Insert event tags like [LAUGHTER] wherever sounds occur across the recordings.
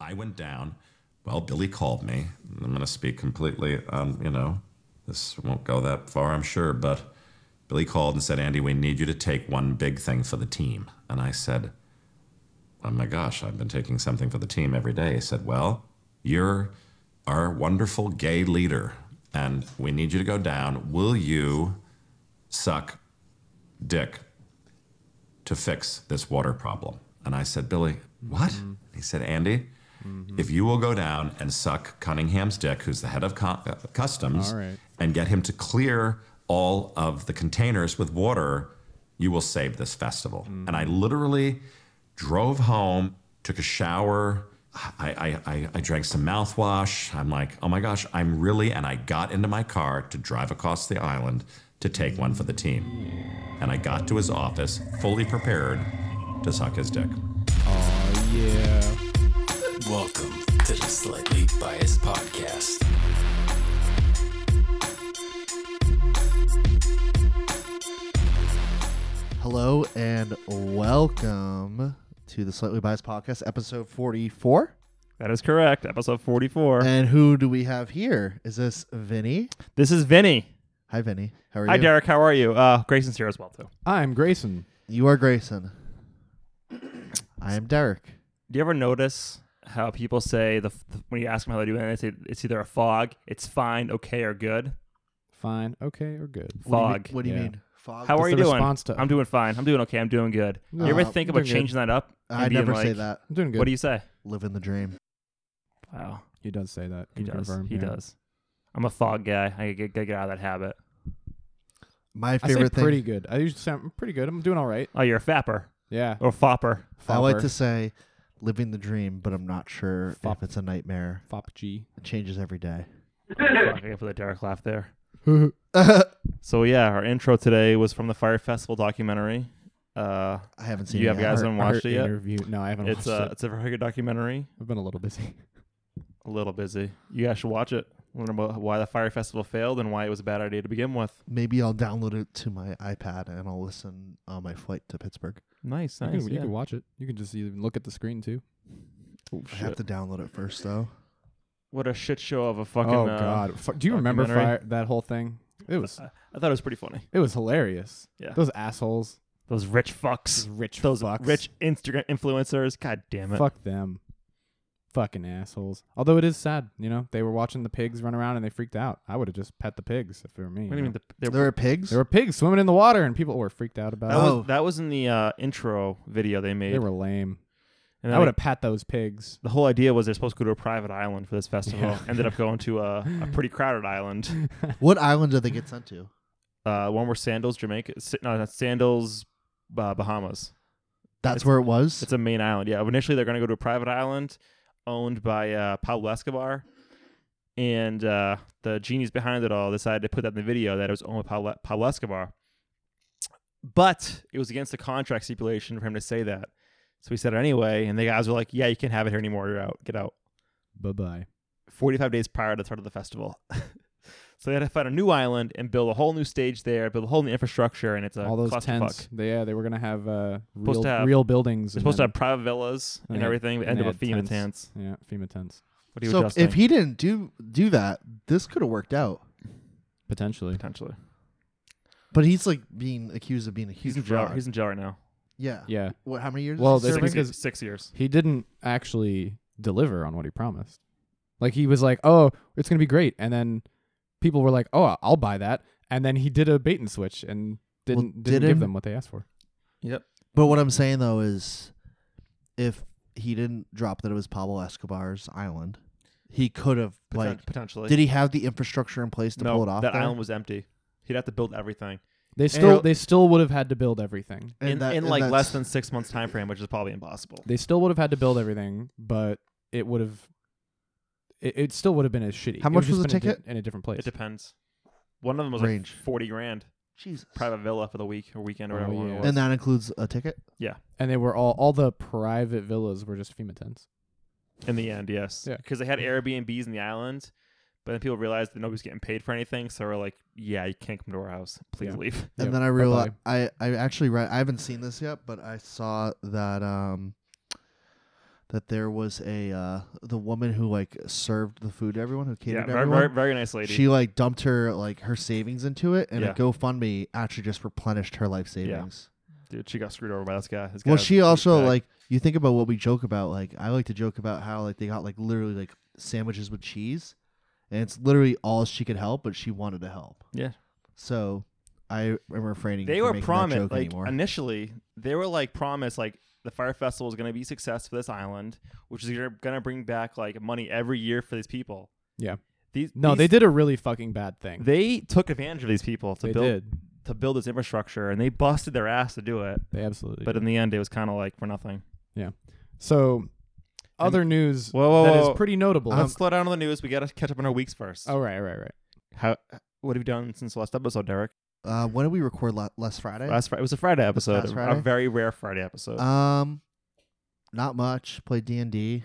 I went down. Well, Billy called me. I'm going to speak completely, um, you know, this won't go that far, I'm sure, but Billy called and said, Andy, we need you to take one big thing for the team. And I said, Oh my gosh, I've been taking something for the team every day. He said, Well, you're our wonderful gay leader, and we need you to go down. Will you suck dick to fix this water problem? And I said, Billy, what? Mm-hmm. He said, Andy, if you will go down and suck Cunningham's dick, who's the head of cu- uh, customs, All right. and get him to clear all of the containers with water, you will save this festival. And I Mm-hmm. literally drove home, took a shower. I, I, I, I drank some mouthwash. I'm like, oh my gosh, I'm really. And I got into my car to drive across the island to take one for the team. And I got to his office fully prepared to suck his dick. Oh yeah. Welcome to the Slightly Biased Podcast. Hello and welcome to the Slightly Biased Podcast, episode 44. That is correct. Episode 44. And who do we have here? Is this Vinny? this is Vinny. Hi, Vinny. How are Hi, you? Derek. How are you? Uh, Grayson's here as well, too. I'm Grayson. You are Grayson. I am Derek. Do you ever notice how people say, the, the when you ask them how they do it, they say it's either a fog, it's fine, okay, or good? Fine, okay, or good. Fog. What do you Yeah. mean? Fog. how It's are the you doing? response to- I'm doing fine. I'm doing okay. I'm doing good. No, you ever Uh, think about doing good. changing that up? and I being never say like, that. I'm doing good. What do you say? Living the dream. Wow. He does say that. He Can does. confirm, he yeah. does. I'm a fog guy. I get, get, get out of that habit. My I say favorite thing. pretty good. I usually say I'm pretty good. I'm doing all right. Oh, you're a fapper Yeah. or fopper. I like Fopper. to say living the dream, but I'm not sure Fop. if it's a nightmare. Fop [LAUGHS] G. It changes every day. Fuck, I got put a Derek laugh there. So yeah, our intro today was from the Fire Festival documentary. Uh, I haven't seen You it have yet. guys Art- haven't watched art it yet? Interview. No, I haven't it's uh, watched a it. it's a very good documentary. I've been a little busy. [LAUGHS] A little busy. You guys should watch it. Learn about why the Fire Festival failed and why it was a bad idea to begin with. Maybe I'll download it to my iPad and I'll listen on my flight to Pittsburgh. Nice, you, nice. can, you yeah. can watch it. You can just even look at the screen too. Oh, I have shit. to download it first, though. What a shit show of a fucking. oh uh, God! F- do you remember documentary. fire, that whole thing? It was I, I thought it was pretty funny. it was hilarious. Yeah. Those assholes. Those rich fucks. Those rich Those fucks. rich Instagram influencers. God damn it. Fuck them. Fucking assholes. Although it is sad, you know, they were watching the pigs run around and they freaked out. I would have just pet the pigs if it were me. What you do you mean? know? The, they're, There are pigs. there were pigs swimming in the water and people were freaked out about that, it. Oh. was, that was in the uh, intro video they made. They were lame. I and then would they- have pat those pigs. [LAUGHS] The whole idea was they're supposed to go to a private island for this festival. Yeah. Ended up going to a, a pretty crowded island. What island do they get sent to? Uh, one where Sandals, Jamaica. S- No, not Sandals, uh, Bahamas. That's It's- where it was. It's a main island. Yeah. Initially, they're going to go to a private island owned by uh, Pablo Escobar. And uh, the genies behind it all decided to put that in the video that it was owned by Pablo, Pablo Escobar. But it was against the contract stipulation for him to say that. So he said it anyway. And the guys were like, yeah, you can't have it here anymore. You're out. Get out. Bye bye. 45 days prior to the start of the festival. [LAUGHS] so they had to find a new island and build a whole new stage there, build a whole new infrastructure, and it's a All those clusterfuck. tents. They, yeah, they were gonna have uh, real, to have- real buildings. They're and supposed to then- have private villas and and they had- everything, but and ended they had up FEMA tents. tents. Yeah, FEMA tents What do you so if- adjust if he didn't do do that, this could have worked out. potentially. potentially? But he's like being accused of being a huge He's in jail. fraud. He's in jail right now. yeah. Yeah, What? How many years? Well, is he this serving? is- Six, because- years, six years. he didn't actually deliver on what he promised. Like he was like, "Oh, it's gonna be great," and then people were like, "Oh, I'll buy that," and then he did a bait and switch and didn't didn't did give him- them what they asked for. Yep. But what I'm saying though is, if he didn't drop that it was Pablo Escobar's island, he could have like. potentially. Did he have the infrastructure in place to no, pull it off? that there? island was empty. He'd have to build everything They still it- they still would have had to build everything. And in, that- in and like that's- less than six months time frame, which is probably impossible. They still would have had to build everything, but it would have. It, it still would have been as shitty. How It would much have was just the been a di- ticket? in a different place? It depends. One of them was like Range. forty grand Jesus. private villa for the week or weekend or Oh, whatever. it yeah. was. And that includes a ticket. and they were all all the private villas were just FEMA tents. In the end, yes. Yeah. Because they had Airbnbs in the island, but then people realized that nobody's getting paid for anything, so they were like, "Yeah, you can't come to our house. Please Yeah. leave." And Yeah, then I bye-bye. realized I, I actually read I haven't seen this yet, but I saw that um that there was a uh, the woman who like served the food to everyone who catered yeah, to very, everyone. very, very nice lady. She like dumped her like her savings into it, and Yeah. a GoFundMe actually just replenished her life savings. Dude, she got screwed over by this guy. This Well, guy she was also back. like you think about what we joke about. Like I like to joke about how like they got like literally like sandwiches with cheese, and it's literally all she could help, but she wanted to help. Yeah. So I am refraining. they from were making that promised joke like anymore. initially they were like promised like the fire festival is going to be a success for this island, which is going to bring back like money every year for these people. Yeah. These No, they these- did a really fucking bad thing. They took advantage of these people to They build did. to build this infrastructure, and they busted their ass to do it. They absolutely. But did. in the end, it was kind of like for nothing. so, other news Whoa, whoa, that whoa. is pretty notable. Let's slow down on the news. We got to catch up on our weeks first. Um, oh right, right, right. How? What have you done since the last episode, Derek? uh, when did we record la- last Friday? Last Friday, it was a Friday episode, past a- Friday? a very rare Friday episode. Um, not much. Played D and D.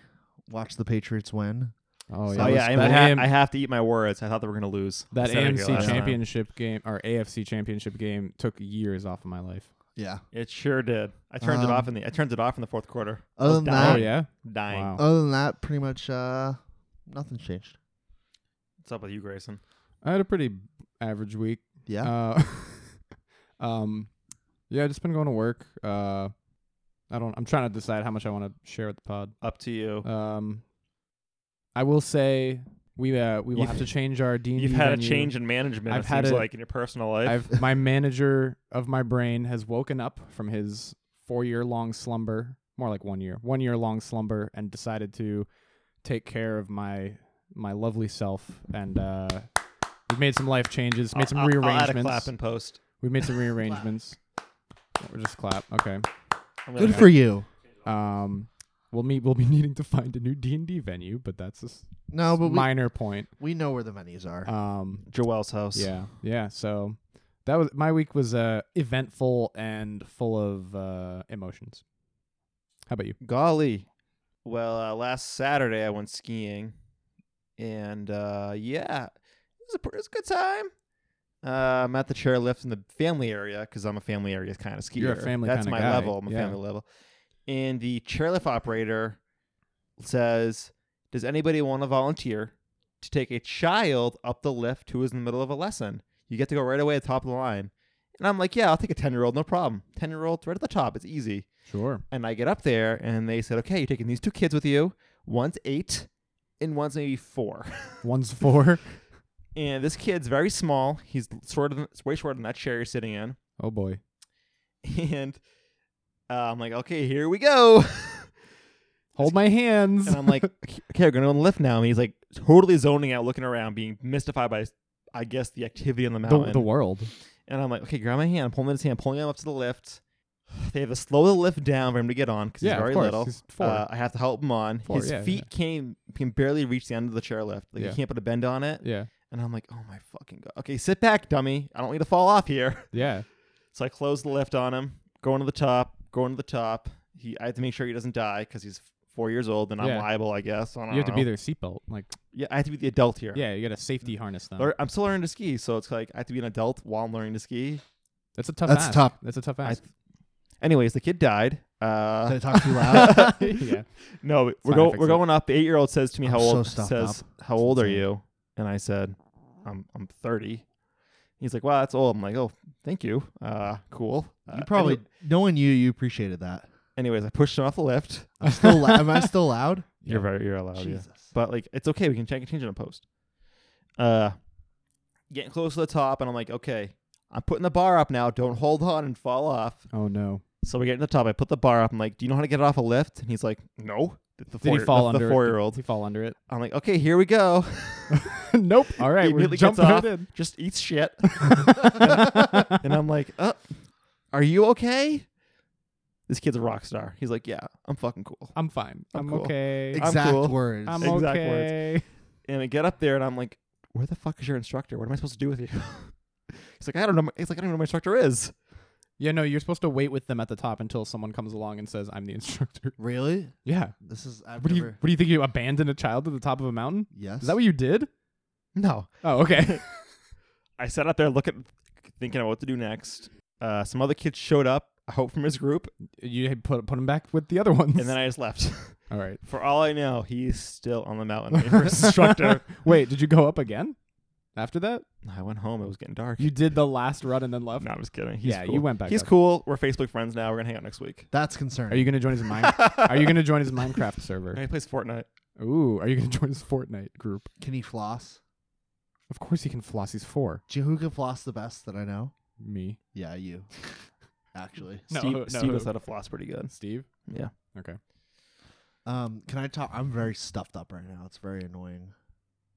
Watched the Patriots win. Oh So yeah, oh was yeah, I, that ha- AM I have to eat my words. I thought they were gonna lose. that Said it here AMC last time. championship game or AFC championship game took years off of my life. Yeah. It sure did. I turned it Um, off in the I turned it off in the fourth quarter. I other was than dying, Oh yeah. dying. Wow. Other than that, pretty much uh, nothing's changed. What's up with you, Grayson? I had a pretty average week. Yeah. Uh, [LAUGHS] um, yeah, just been going to work. Uh, I don't. I'm trying to decide how much I want to share with the pod. Up to you. Um, I will say we uh we will You've- have to change our D. You've had a change in management. I've it had seems a- like in your personal life. I've my manager of my brain has woken up from his four year long slumber, more like one year, one year long slumber, and decided to take care of my my lovely self and. uh We've made some life changes, made some I'll, I'll- rearrangements. I'll add a clap in post. We've made [LAUGHS] some rearrangements. We'll just clap. Okay. I'm Good gonna- for you. Um, we'll meet. We'll be [LAUGHS] needing to find a new D and D venue, but that's a s- No, but we, minor point. we know where the menus are. Um, Joelle's house. yeah, yeah. So that was my week was uh eventful and full of uh emotions. How about you? Golly. Well, uh, last Saturday I went skiing, and uh, yeah, it was a, pr- it was a good time. Uh, I'm at the chairlift in the family area because I'm a family area kind of skier. You're a family That's kinda my guy, level. I'm a yeah. family level. And the chairlift operator says, "Does anybody want to volunteer to take a child up the lift who is in the middle of a lesson? You get to go right away at the top of the line." And I'm like, "Yeah, I'll take a ten year old, no problem. Ten year old right at the top. It's easy." Sure. And I get up there and they said, okay, you're taking these two kids with you. One's eight and one's maybe four. [LAUGHS] One's four. And this kid's very small. He's shorter than, way shorter than that chair you're sitting in. [LAUGHS] [LAUGHS] Oh boy. And uh, I'm like, okay, here we go. [LAUGHS] Hold my hands. And I'm like, okay, we're going to lift now. And he's like totally zoning out, looking around, being mystified by, I guess, the activity on the mountain. the, the world. And I'm like, okay, grab my hand. I'm pulling his hand, pulling him up to the lift. [SIGHS] They have to slow the lift down for him to get on because yeah, he's very of course. little. He's four. Uh, I have to help him on. Four, His yeah, feet came can barely reach the end of the chairlift. Like Yeah. he can't put a bend on it. yeah. And I'm like, oh my fucking god. Okay, sit back, dummy. I don't need to fall off here. [LAUGHS] Yeah. So I close the lift on him. Going to the top. Going to the top. He. I have to make sure he doesn't die because he's four years old and I'm Yeah. liable, I guess. I don't You have to be know. their seatbelt. Like Yeah, I have to be the adult here. yeah, you got a safety harness now. Lear- I'm still learning to ski, so it's like I have to be an adult while I'm learning to ski. That's a tough. That's ask. tough. That's a tough I [LAUGHS] ask. Anyways, the kid died. Uh, Did I talk too [LAUGHS] loud? yeah. No, we're fine, I going. fix We're it. going up. The eight year old says to me, I'm "How so old?" stuffed says, "How It's old are insane. you?" And I said, "I'm I'm 30." He's like, "Wow, that's old." I'm like, "Oh, thank you. Uh, cool." Uh, you probably any- knowing you, you appreciated that. anyways, I pushed him off the lift. I'm still [LAUGHS] lou- am I still loud? You're very you're allowed. Yeah. Jesus. But like, it's okay. We can check and change it on post. Uh, getting close to the top, and I'm like, okay, I'm putting the bar up now. Don't hold on and fall off. Oh no. So we get to the top. I put the bar up. I'm like, do you know how to get off a lift? And he's like, no. The, the Did four, he fall the, under the it? four Did- year old? Did he fall under [LAUGHS] it? I'm like, okay, here we go. nope. All right, He we're immediately gets jumping off. right [LAUGHS] in. just eats shit. [LAUGHS] and I'm like, uh, are you okay? This kid's a rock star. He's like, yeah, I'm fucking cool. I'm fine. I'm, I'm Oh, cool. okay. Ex- exact cool. words. I'm exact okay. And I get up there and I'm like, where the fuck is your instructor? What am I supposed to do with you? [LAUGHS] He's like, I don't know. my- He's like, I don't even know who my instructor is. Yeah, no, you're supposed to wait with them at the top until someone comes along and says, "I'm the instructor." really? Yeah. This is I've What do you never- What do you think? You abandoned a child at the top of a mountain? Yes. Is that what you did? No. Oh, okay. [LAUGHS] I sat out there looking, thinking about what to do next. Uh, some other kids showed up, I hope from his group, you had put put him back with the other ones. and then I just left. [LAUGHS] [LAUGHS] All right. For all I know, he's still on the mountain [LAUGHS] waiting for [LAUGHS] his instructor. Wait, did you go up again after that? I went home. It was getting dark. [LAUGHS] You did the last run and then left? no, I'm just kidding. He's Yeah, you cool. went back He's up. cool. We're Facebook friends now. We're gonna hang out next week. That's concerning. Are you gonna join his [LAUGHS] mine? are you gonna join his Minecraft Now server? he plays Fortnite. Ooh, are you gonna join his Fortnite group? can he floss? Of course he can floss. He's four. Do you know who can floss the best that I know? Me, [LAUGHS] Yeah, you. Actually, No, Steve, no. Steve knows how to floss pretty good. Steve. Yeah. Okay, um, can I talk? I'm very stuffed up right now. It's very annoying.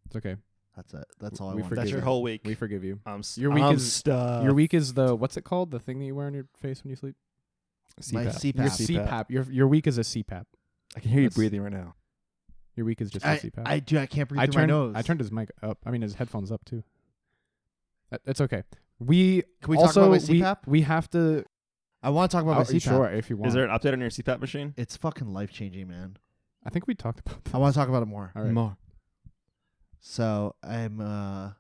it's okay. That's it. That's all I We want. That's Forgive your you. whole week. We forgive you. I'm s- um, Your week I'm is- stuffed. Uh, your week is the what's it called? The thing that you wear on your face when you sleep. My CPAP. Your CPAP. CPAP. Your your week is a CPAP. I can hear you That's- breathing right now. Your week is just a I, CPAP. I do. I can't breathe I through turned my nose. I turned his mic up. I mean his headphones up too. That- That's okay. We Can we also talk about my CPAP? we we have to. I want to talk about my oh, CPAP. Sure, if you want. Is there an update on your CPAP machine? It's fucking life changing, man. I think we talked about that. I want to talk about it more. All right. More. So I'm uh,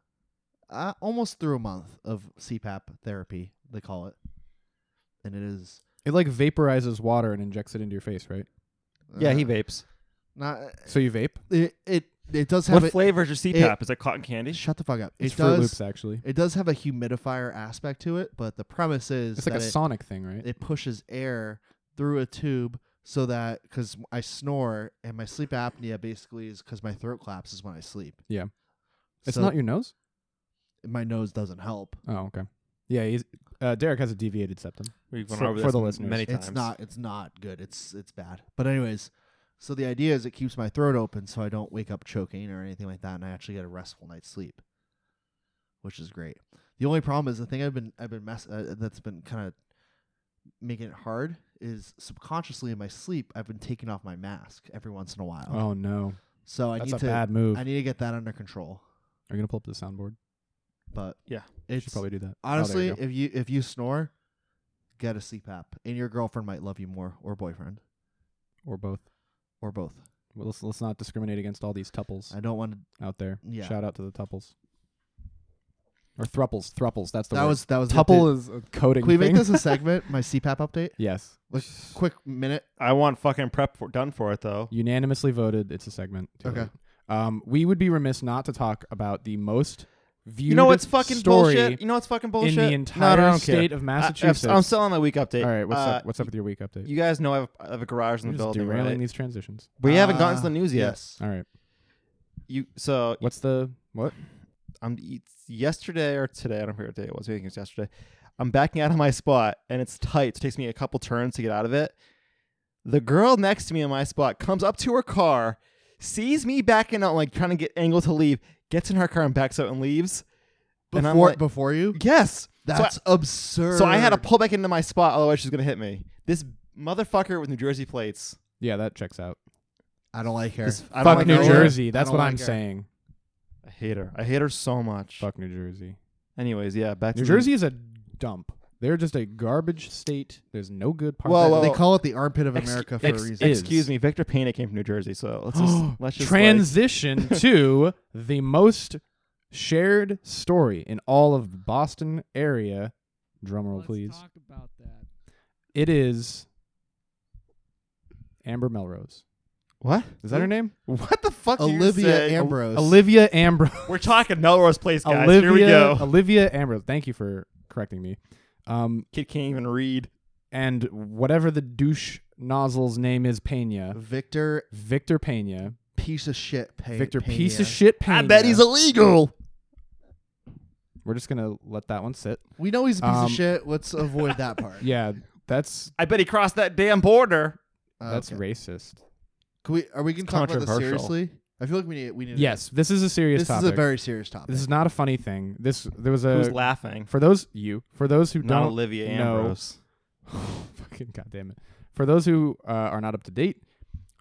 uh, almost through a month of CPAP therapy. They call it, and it is. It like vaporizes water and injects it into your face, right? Yeah, he uh, vapes. Not So you vape? it. It, it does have What a- flavor is your CPAP? Is that cotton candy? Shut the fuck up. It's it Fruit does. Loops, actually. It does have a humidifier aspect to it, but the premise is It's like a that it- sonic thing, right? it pushes air through a tube so that because I snore and my sleep apnea basically is because my throat collapses when I sleep. Yeah. it's So not your nose? my nose doesn't help. Oh, okay. Yeah, he's, uh, Derek has a deviated septum. We've gone For- over for this the listeners. many times. It's not. It's not good. It's it's bad. But anyways, so the idea is it keeps my throat open so I don't wake up choking or anything like that, and I actually get a restful night's sleep, which is great. The only problem is the thing I've been I've been mess uh, that's been kind of making it hard is subconsciously in my sleep I've been taking off my mask every once in a while. Oh, no. So I That's need a to bad move. I need to get that under control. Are you going to pull up the soundboard? But Yeah, You it's should probably do that. Oh, there you honestly, go. if you if you snore, get a CPAP, and your girlfriend might love you more, or boyfriend, or both. or both. Well, let's, let's not discriminate against all these tuples I don't want to. out there. Yeah. Shout out to the tuples. Or thruples. Thruples. That's the That word. was that was the Tuple update. is a coding Can we thing. make this a segment? My CPAP update. [LAUGHS] yes. Like quick minute. I want fucking prep for, done for it though. Unanimously voted. It's a segment. Too Okay. late. Um, we would be remiss not to talk about the most viewed You know what's fucking story bullshit? You know what's fucking bullshit? in the entire no, no, I don't state care. of I- Massachusetts. I'm still on my week update. All right, what's Uh, up? What's up with your week update? You guys know I have, I have a garage in You're the just building. derailing right? these Ah, transitions. We haven't gotten Uh, to the news yet. Yes. All right. You so What's the what? I'm it's yesterday or today. I don't remember what day it was. I think it was yesterday. I'm backing out of my spot and it's tight. So it takes me a couple turns to get out of it. The girl next to me in my spot comes up to her car, sees me backing out, like trying to get angle to leave, gets in her car and backs out and leaves. And I'm Before like- before you. Yes. So I- That's absurd. So I had to pull back into my spot, otherwise she's gonna hit me. This motherfucker with New Jersey plates. Yeah, that checks out. I don't like her. This- I don't Fuck like New her. Jersey. I That's what don't like I'm her. saying. I hate her. I hate her so much. Fuck New Jersey. Anyways, yeah, back to New the- Jersey is a dump. They're just a garbage state. There's no good part. Whoa, whoa, They whoa. call it the armpit of Ex- America for ex- a reason. is. Excuse me, Victor Payne came from New Jersey, so let's [GASPS] just let's just like- [LAUGHS] Transition to the most shared story in all of the Boston area. Drumroll, please. Let's talk about that. It is Amber Melrose. What? Is that her name? What the fuck? did you Olivia say? Ambrose. Olivia Ambrose. [LAUGHS] We're talking Melrose Place, guys. Olivia, Here we go. Olivia Ambrose. Thank you for correcting me. Um, Kid can't even read. and whatever the douche nozzle's name is, Pena, Victor, Victor Pena, piece of shit. Pay, Victor Pena. piece of shit Pena. illegal. We're just gonna let that one sit. We know he's a piece Um, of shit. Let's avoid that [LAUGHS] part. Yeah, that's I bet he crossed that damn border. Uh, that's okay. racist. Can we, are we going to talk about this controversial. seriously? I feel like we need. We need. Yes, this is a serious This topic. is a very serious topic. this is not a funny thing. This there was a Who's laughing? for those you for those who Not don't Olivia know- Ambrose. [LAUGHS] fucking goddamn it. For those who uh, are not up to date,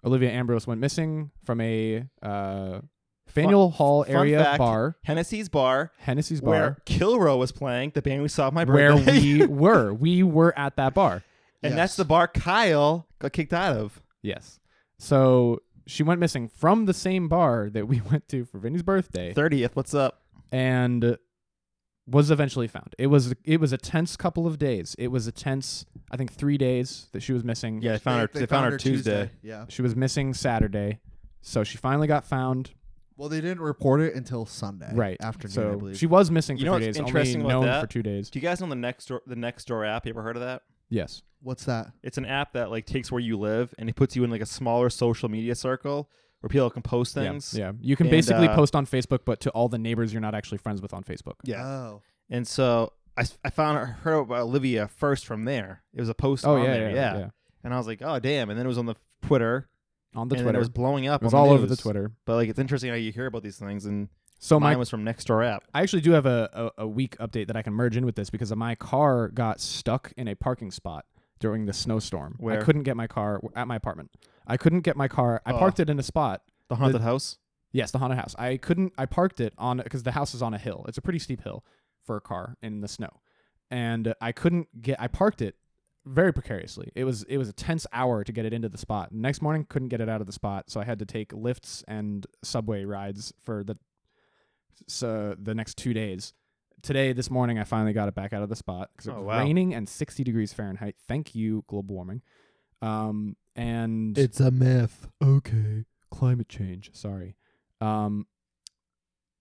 Olivia Ambrose went missing from a uh, Faneuil Hall fun area fact, bar, Hennessy's Bar, Hennessy's where bar, Kilrow was playing, the band we saw at my where birthday. [LAUGHS] we were. We were at that bar. and Yes. that's the bar Kyle got kicked out of. Yes. So she went missing from [LAUGHS] the same bar that we went to for Vinny's birthday, Thirtieth, what's up? and was eventually found. It was it was a tense couple of days. It was a tense, I think, three days that she was missing. Yeah, they found her. They, found, her Tuesday. Yeah. she was missing Saturday, so she finally got found. Well, they didn't report it until Sunday. Right Afternoon, so I believe. she was missing for You know three what's days. interesting only about known that? for two days. Do you guys know the next door? The next door app. You ever heard of that? Yes. What's that? It's an app that like takes where you live and it puts you in like a smaller social media circle where people can post Yeah, things. Yeah, you can And, basically uh, post on Facebook, but to all the neighbors you're not actually friends with on Facebook. Yeah. Oh. And so I, s- I found her- heard about Olivia first from there. It was a post Oh on yeah, there. yeah, yeah. yeah. And I was like, oh damn. And then it was on the Twitter. On the and then Twitter, it was blowing up. It was on all the over the news. Twitter. But like it's interesting how you hear about these things and So mine my, was from next door app. I actually do have a, a a week update that I can merge in with this because my car got stuck in a parking spot during the snowstorm. Where? I couldn't get my car at my apartment. I couldn't get my car. I Oh. parked it in a spot. The haunted house. Yes, the haunted house. I couldn't. I parked it on because the house is on a hill. It's a pretty steep hill for a car in the snow, and I couldn't get. I parked it very precariously. It was it was a tense hour to get it into the spot. Next morning, couldn't get it out of the spot, so I had to take lifts and subway rides for the so the next two days. Today, this morning, I finally got it back out of the spot because it Oh, was wow. raining and 60 degrees Fahrenheit. Thank you, global warming. Um, and a myth. okay, climate change. Sorry. Um.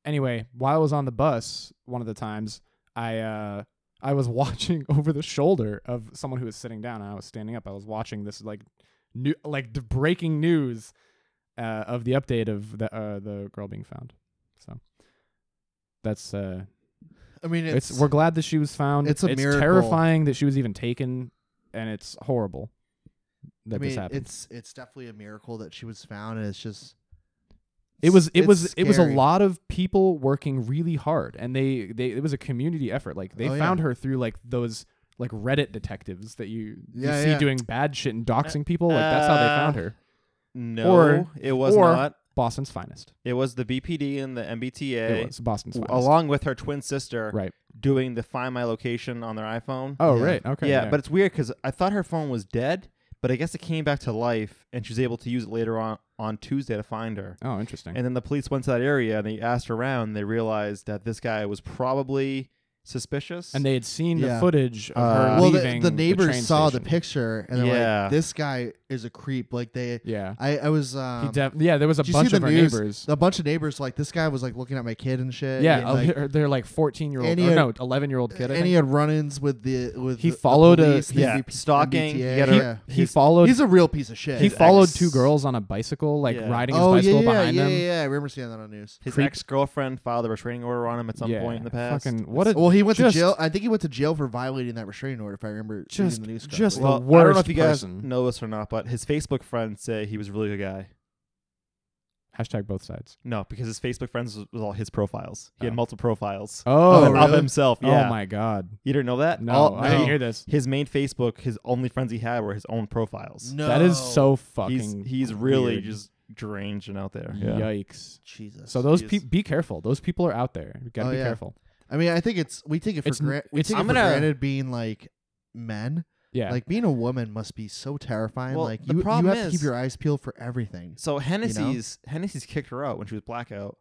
Anyway, while I was on the bus, one of the times I uh I was [LAUGHS] watching over the shoulder of someone who was sitting down, and I was standing up. I was watching this like new like the breaking news uh, of the update of the uh, the girl being found. So that's uh I mean, it's, it's, we're glad that she was found. it's a miracle. terrifying that she was even taken, and it's horrible that I mean, this happened. it's it's definitely a miracle that she was found, and it's just. it was it it's was it was a scary. lot of people working really hard and they they it was a community effort like they Oh, yeah. found her through like those like reddit detectives that you, Yeah, you see yeah. doing bad shit and doxing people like that's how they Uh, found her No, Or- it was or- not. boston's finest It was the BPD and the MBTA. it was boston's finest along with her twin sister right doing the find my location on their iPhone. oh Yeah. right okay yeah, but it's weird because I thought her phone was dead, but I guess it came back to life, and she was able to use it later on on Tuesday to find her. oh interesting And then the police went to that area and they asked around. They realized that this guy was probably suspicious. and they had seen Yeah. the footage of Uh, her Well, the, leaving the neighbors train saw station. the picture, and they're Yeah. like, "This guy is a creep." Like they, yeah I, I was. he Um, def- yeah there was a did you see bunch the of her news? neighbors a bunch of neighbors like this guy was like looking at my kid and [LAUGHS] shit. yeah and, uh, like, her- they're like 14 year old and he or had- no 11 year old kid I and think. he had run-ins with the with He the- the followed a- police, the yeah, MVP stalking, MBTA, he got a- oh, yeah. he followed He's a real piece of shit. he His followed ex- two girls on a bicycle, like Yeah. riding his oh yeah, bicycle yeah, behind yeah, them. yeah, yeah. I remember seeing that on news. his creep- ex girlfriend filed a restraining order on him at some Yeah, point in the past. Fucking what a Well, he went just, to jail. I think he went to jail for violating that restraining order. If I remember Just- reading the news, just correctly. well, the I don't know worst if you guys person. know this or not, but his Facebook friends say he was a really good guy. Hashtag both sides. No, because his Facebook friends was, was all his profiles. He Oh. had multiple profiles. Oh, of, of really? himself. oh Yeah. my god. You didn't know that? No, All- I didn't no. hear this. His main Facebook, his only friends he had were his own profiles. no, That is so he's fucking. he's really weird. just deranged and out there. yikes. Jesus. So those He's- people, be careful. Those people are out there. You gotta Oh, be yeah. careful. I mean, I think it's we take it for It's n- granted. We it's- take I'm it for gonna- granted being like men. Yeah. Like being a woman must be so terrifying. Well, like the you, you problem have to is- keep your eyes peeled for everything. So Hennessy's Hennessy's kicked her out when she was blackout,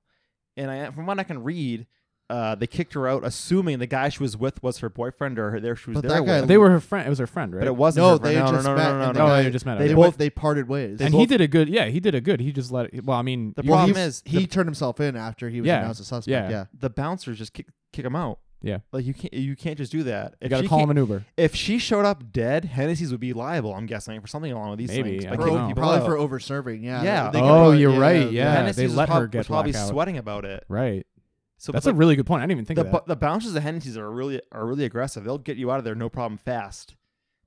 and I from what I can read, uh, they kicked her out assuming the guy she was with was her boyfriend or her, there she was But there that with. guy they were her friend. It was her friend, right? but it wasn't. No, her they friend. no, just no, no, met no, no, and no. no, guy- they just met. They, up. they both both- they parted ways. and both- he did a good. Yeah, he did a good. He just let. It, well, I mean, The you- Well, problem he- is he the, turned himself in after he was Yeah. announced a suspect. Yeah. Yeah. the bouncers just kick kick him out. Yeah. like you can't you can't just do that. you If gotta she call came- him an Uber. If she showed up dead, Hennessy's would be liable. I'm guessing for something along with these Maybe, things. I by don't kicking know. people Probably out. for over serving. Yeah. Yeah. They could Oh, probably- you're right, yeah. Hennessy's they was let her prob- get was probably blackout. sweating about it. Right. So That's but a like, really good point. I didn't even think the of bu- that. the bouncers of Hennessy's are really are really aggressive. They'll get you out of there no problem fast,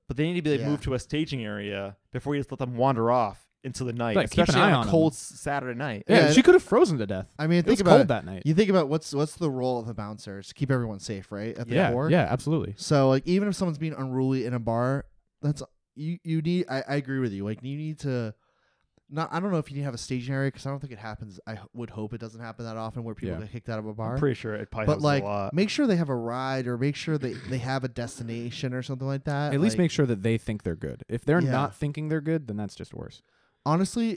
but they need to be like, Yeah. moved to a staging area before you just let them wander off into the night, Like, keep an especially eye on, on a 'em. cold s- Saturday night. yeah, yeah, she could have frozen to death. I mean, It was think about cold it. that night. You think about what's what's the role of the bouncer? It's to keep everyone safe, right? At the Yeah. core. Yeah. Absolutely. So like even if someone's being unruly in a bar, that's you you need I, I agree with you. Like you need to not I don't know if you need to have a staging area because I don't think it happens. I h- would hope it doesn't happen that often where people Yeah. get kicked out of a I'm bar. pretty sure it probably But happens like a lot. make sure they have a ride or make sure they, they have a destination or something like that. At least Like, make sure that they think they're good. If they're Yeah. not thinking they're good, then that's just worse. honestly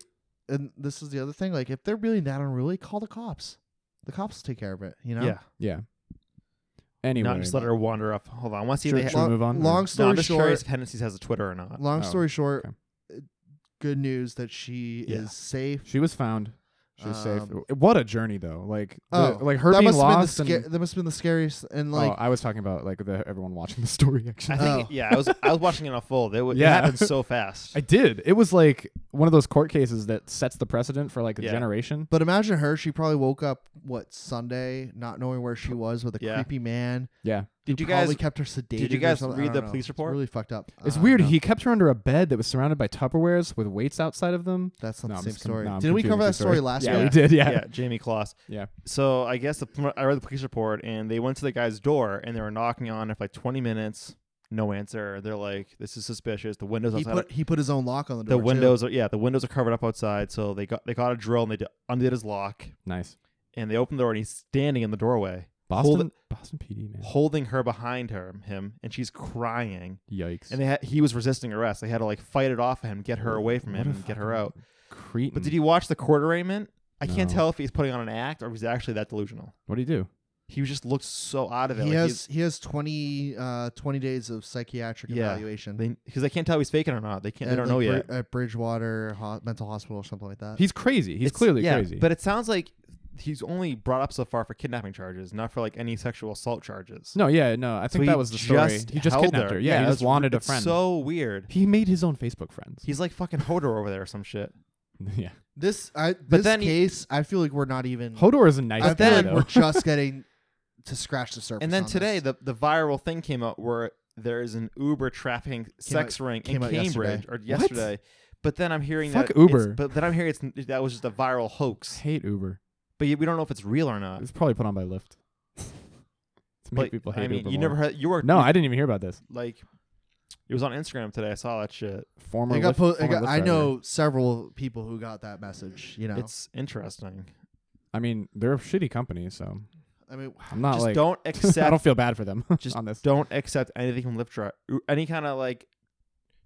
and this is the other thing, like if they're really that unruly, call the cops. The cops will take care of it, you know? Yeah, Yeah. Anyway, Not just let her wander off. Hold on. I want to see Sure, if they sure. ha- we move on, or- Long no, story I'm just short, curious if Hennessy's has a Twitter or not. long Oh, story short, okay. uh, good news that she Yeah. is safe. she was found. She's safe. Um, What a journey, though. Like, the- Oh, like her that being must have been lost. The and, sca- that must have been the scariest. And oh, like, I was talking about like the everyone watching the story. [LAUGHS] Actually, I think Oh. yeah, I was I was watching it on full. It, wa- Yeah. it [LAUGHS] happened so fast. Uh, I did. It was like one of those court cases that sets the precedent for like a Yeah. generation. but imagine her. She probably woke up what Sunday, not knowing where she was, with a Yeah. creepy man. Yeah, Did who you guys- probably kept her sedated? you or guys something. I read don't the know. police It's report? really fucked up. it's I don't weird. know. He kept her under a bed that was surrounded by Tupperwares with weights outside of them. That's not No, the I'm same just kidding. story. No, I'm Didn't we confusing cover that the story story. last Yeah, week? we did. Yeah. Jamie Kloss. Yeah. So I guess the, I read the police report and they went to the guy's door and they were knocking on it for like 20 minutes, no answer. They're like, this is suspicious. The windows He outside. put he put his own lock on the the door. too. windows are yeah, the windows are covered up outside. So they got they got a drill and they d- undid his lock Nice. and they opened the door and he's standing in the doorway, Boston. it- Boston PD man. holding her behind her him, and she's crying. Yikes. And they had, he was resisting arrest. They had to like fight it off of him, get her away from him, and get her out. Cretin. But did you watch the court arraignment? I can't No. tell if he's putting on an act or if he's actually that delusional. What do you do? He just looked so out of it. He like has he has 20, uh, 20 days of psychiatric Yeah. evaluation. because they can't tell if he's faking or not. They can't. at, They don't like, know Bri- yet. At Bridgewater Ho- Mental Hospital or something like that. He's crazy. He's Uh, It's- clearly yeah, crazy. But it sounds like he's only brought up so far for kidnapping charges, not for like any sexual assault charges. no, yeah, no. I So think he that was the story. he just held kidnapped her. Yeah, he it just was- wanted a it's friend. So weird. he made his own Facebook friends. He's like fucking Hodor over there or some shit. [LAUGHS] yeah. this I, this then he- case, I feel like we're not even. Hodor is a nice I feel guy. then- like though. we're [LAUGHS] just getting to scratch the surface. And then on today, this. the, the viral thing came out where there is an Uber trafficking sex ring in came out yesterday. Cambridge or yesterday. But then I'm hearing Fuck that it's- Uber. But then I'm hearing it's, that was just a viral I hoax. hate Uber. But yet we don't know if it's real or not. It's probably put on by Lyft. to make Like, people hate I mean, Uber you more. never heard. You were No, I didn't even hear about this. like it was on Instagram today. I saw that shit. Former. I, got Lyft- po- I, former got, Lyft I driver. know several people who got that message. You know, It's interesting. I mean, they're a shitty company, so I mean, I'm not Just like. don't [LAUGHS] I accept. don't feel bad for them just [LAUGHS] on this. don't accept anything from Lyft. Dri- any kind of like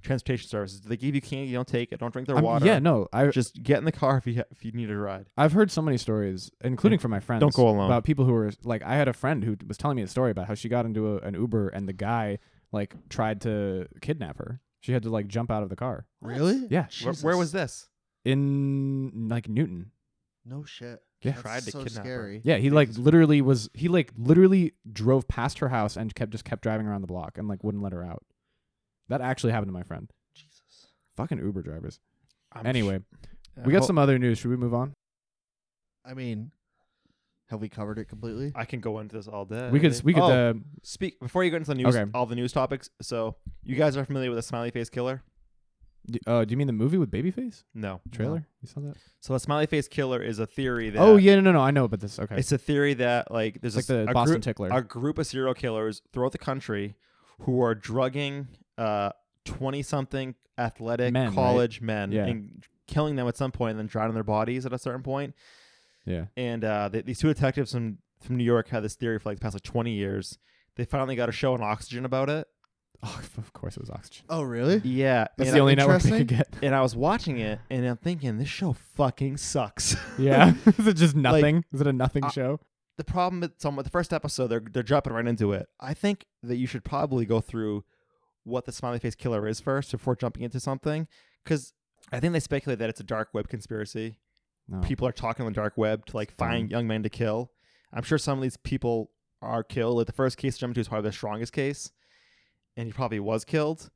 transportation services. They give you candy, don't take it. Don't drink their I'm- water. yeah, no. I Just get in the car if you ha- if you need a ride. I've heard so many stories, including from my friends. Don't go alone. About people who were like, I had a friend who was telling me a story about how she got into a, an Uber and the guy like tried to kidnap her. She had to like jump out of the car really? Yeah. Where, Jesus. where was this? in like Newton. No shit. Yeah. That's Tried to so kidnap her. scary. Yeah, he like literally was he like literally drove past her house and kept just kept driving around the block and like wouldn't let her out. That actually happened to my friend. Jesus. Fucking Uber drivers. I'm Anyway, sh- we got Well, some other news. Should we move on? I mean, have we covered it completely? I can go into this all day. we could really. we could Oh, uh, speak before you get into the news. Okay. All the news topics. So you guys are familiar with the smiley face killer? d- uh do you mean the movie with Babyface? No. Trailer? You saw that? So a smiley face killer is a theory that. Oh yeah, no no no, I know about this. Okay. It's a theory that like there's It's a, like the a Boston group, tickler. a group of serial killers throughout the country who are drugging uh 20 something athletic Men, right? college men Yeah. and killing them at some point and then drowning their bodies at a certain point yeah. and uh th these two detectives from from New York had this theory for like the past like 20 years they finally got a show on Oxygen about it Oh, of course it was Oxygen. oh, really? yeah That's and, the I, only network they could interesting? get. and I was watching it and I'm thinking this show fucking sucks [LAUGHS] Yeah. [LAUGHS] Is it just nothing? Is it a nothing I- show? the problem with some with the first episode, they're they're jumping right into it. I think that you should probably go through what the smiley face killer is first before jumping into something, because I think they speculate that it's a dark web conspiracy. No. People are talking on the dark web to like find young men to kill. I'm sure some of these people are killed. Like the first case jumped to is probably the strongest case, and he probably was killed.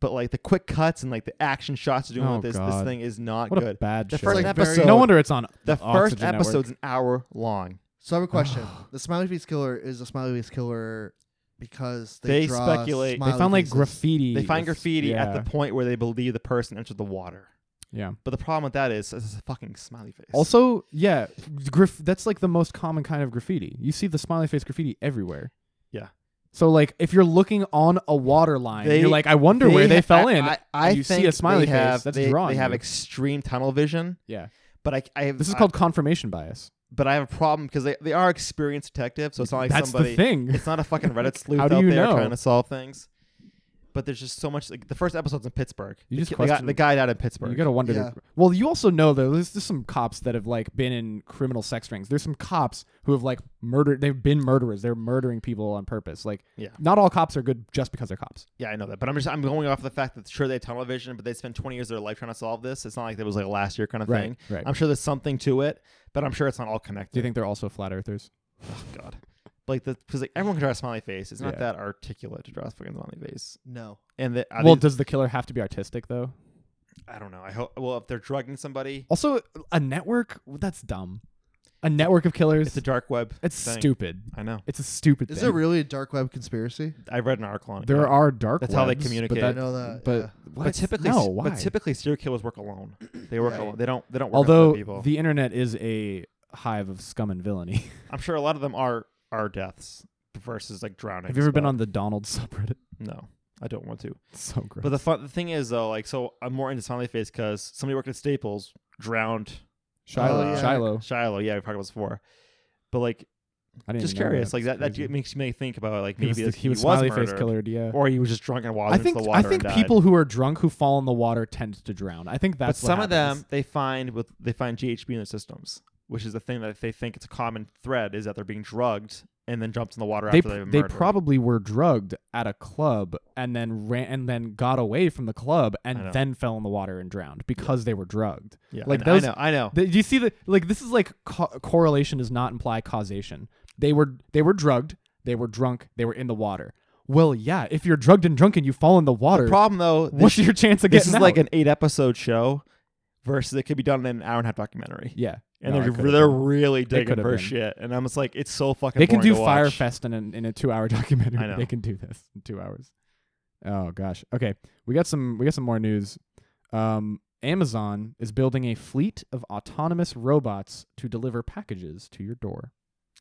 But like the quick cuts and like the action shots you're doing Oh, with this God. this thing is not what a good. bad The show. first Like, episode, no wonder it's on the first Oxygen Network. episode's an hour long. So I have a question. [SIGHS] the smiley face killer is a smiley face killer because they, They draw speculate- They smiley found like faces. graffiti. They find with- graffiti yeah, at the point where they believe the person entered the water. yeah. But the problem with that is it's a fucking smiley face. Also, yeah, graf- that's like the most common kind of graffiti. You see the smiley face graffiti everywhere. Yeah. So like, if you're looking on a water line, They- you're like, I wonder where they ha- fell in. I, I and you see think a smiley they have, face. That's they, drawing. They have you. extreme tunnel vision. yeah. But I, I have This is I- called confirmation bias. but I have a problem because they, they are experienced detectives, so it's not like that's somebody. the thing. [LAUGHS] It's not a fucking Reddit sleuth How do out you there know? trying to solve things. but there's just so much. Like the first episode's in Pittsburgh. You the, just ki- the, guy, question- the guy died in Pittsburgh. You gotta wonder. Yeah. Well, you also know though, there's, there's some cops that have like been in criminal sex rings. There's some cops who have like murdered. They've been murderers. They're murdering people on purpose. Like, Yeah. not all cops are good just because they're cops. yeah, I know that, but I'm just I'm going off the fact that sure they had tunnel vision, but they spent 20 years of their life trying to solve this. It's not like that was like a last year kind of Right, thing. right. I'm sure there's something to it, but I'm sure it's not all connected. Do you think they're also flat earthers? Oh, God. Like the because like everyone can draw a smiley face. It's not Yeah. that articulate to draw a fucking smiley face. No. And the, well, well, does the killer have to be artistic though? I don't know. I hope. Well, if they're drugging somebody, Also, a network that's dumb. A network of killers. it's a dark web. It's thing. stupid. I know. It's a stupid Is thing. it really a dark web conspiracy? I read an article on it. There yeah. are dark. That's how they webs, but communicate. that- I know that, But, yeah. what? But typically, no. s- Why? but typically serial killers work [CLEARS THROAT] alone. They work Right. alone. They don't. They don't work with other Although people. the internet is a hive of scum and villainy. I'm sure a lot of them are are deaths versus like drowning. have you ever been but- on the Donald [LAUGHS] subreddit? No, I don't want to. It's so gross. But the fun the thing is though, like so, I'm more into smiley face because somebody worked at Staples drowned Shiloh. Oh, yeah. Shiloh. Shiloh. Yeah, we've talked about this before. But like, I didn't just even know curious. that. Like that, that Crazy. makes me think about like He maybe was, the- like, he was smiley murdered, face killered. Yeah. or he was just drunk and I washed think into the I water. think and died. people who are drunk who fall in the water tend to drown. I think but that's what some of happens. them they find with they find GHB in their systems, which is the thing that they think it's a common thread is that they're being drugged and then jumped in the water They, after pr- they've they murdered. probably were drugged at a club and then ran and then got away from the club I know. and then fell in the water and drowned because they were drugged. yeah, like I- those- I know, I know. The- do you see that? Like this is like co- correlation does not imply causation. They were they were drugged. They were drunk. They were in the water. Well, yeah. If you're drugged and drunk and you fall in the water, The problem though, what's this, your chance of [LAUGHS] this getting is out? like an eight episode show versus it could be done in an hour and a half documentary. yeah. And No, it they're could've they're been. really digging could've for been. shit, and I'm just like, it's so fucking. they can boring do to watch. Firefest in a, in a two hour [LAUGHS] documentary. I know. They can do this in two hours. Oh gosh. Okay, we got some we got some more news. Um, Amazon is building a fleet of autonomous robots to deliver packages to your door.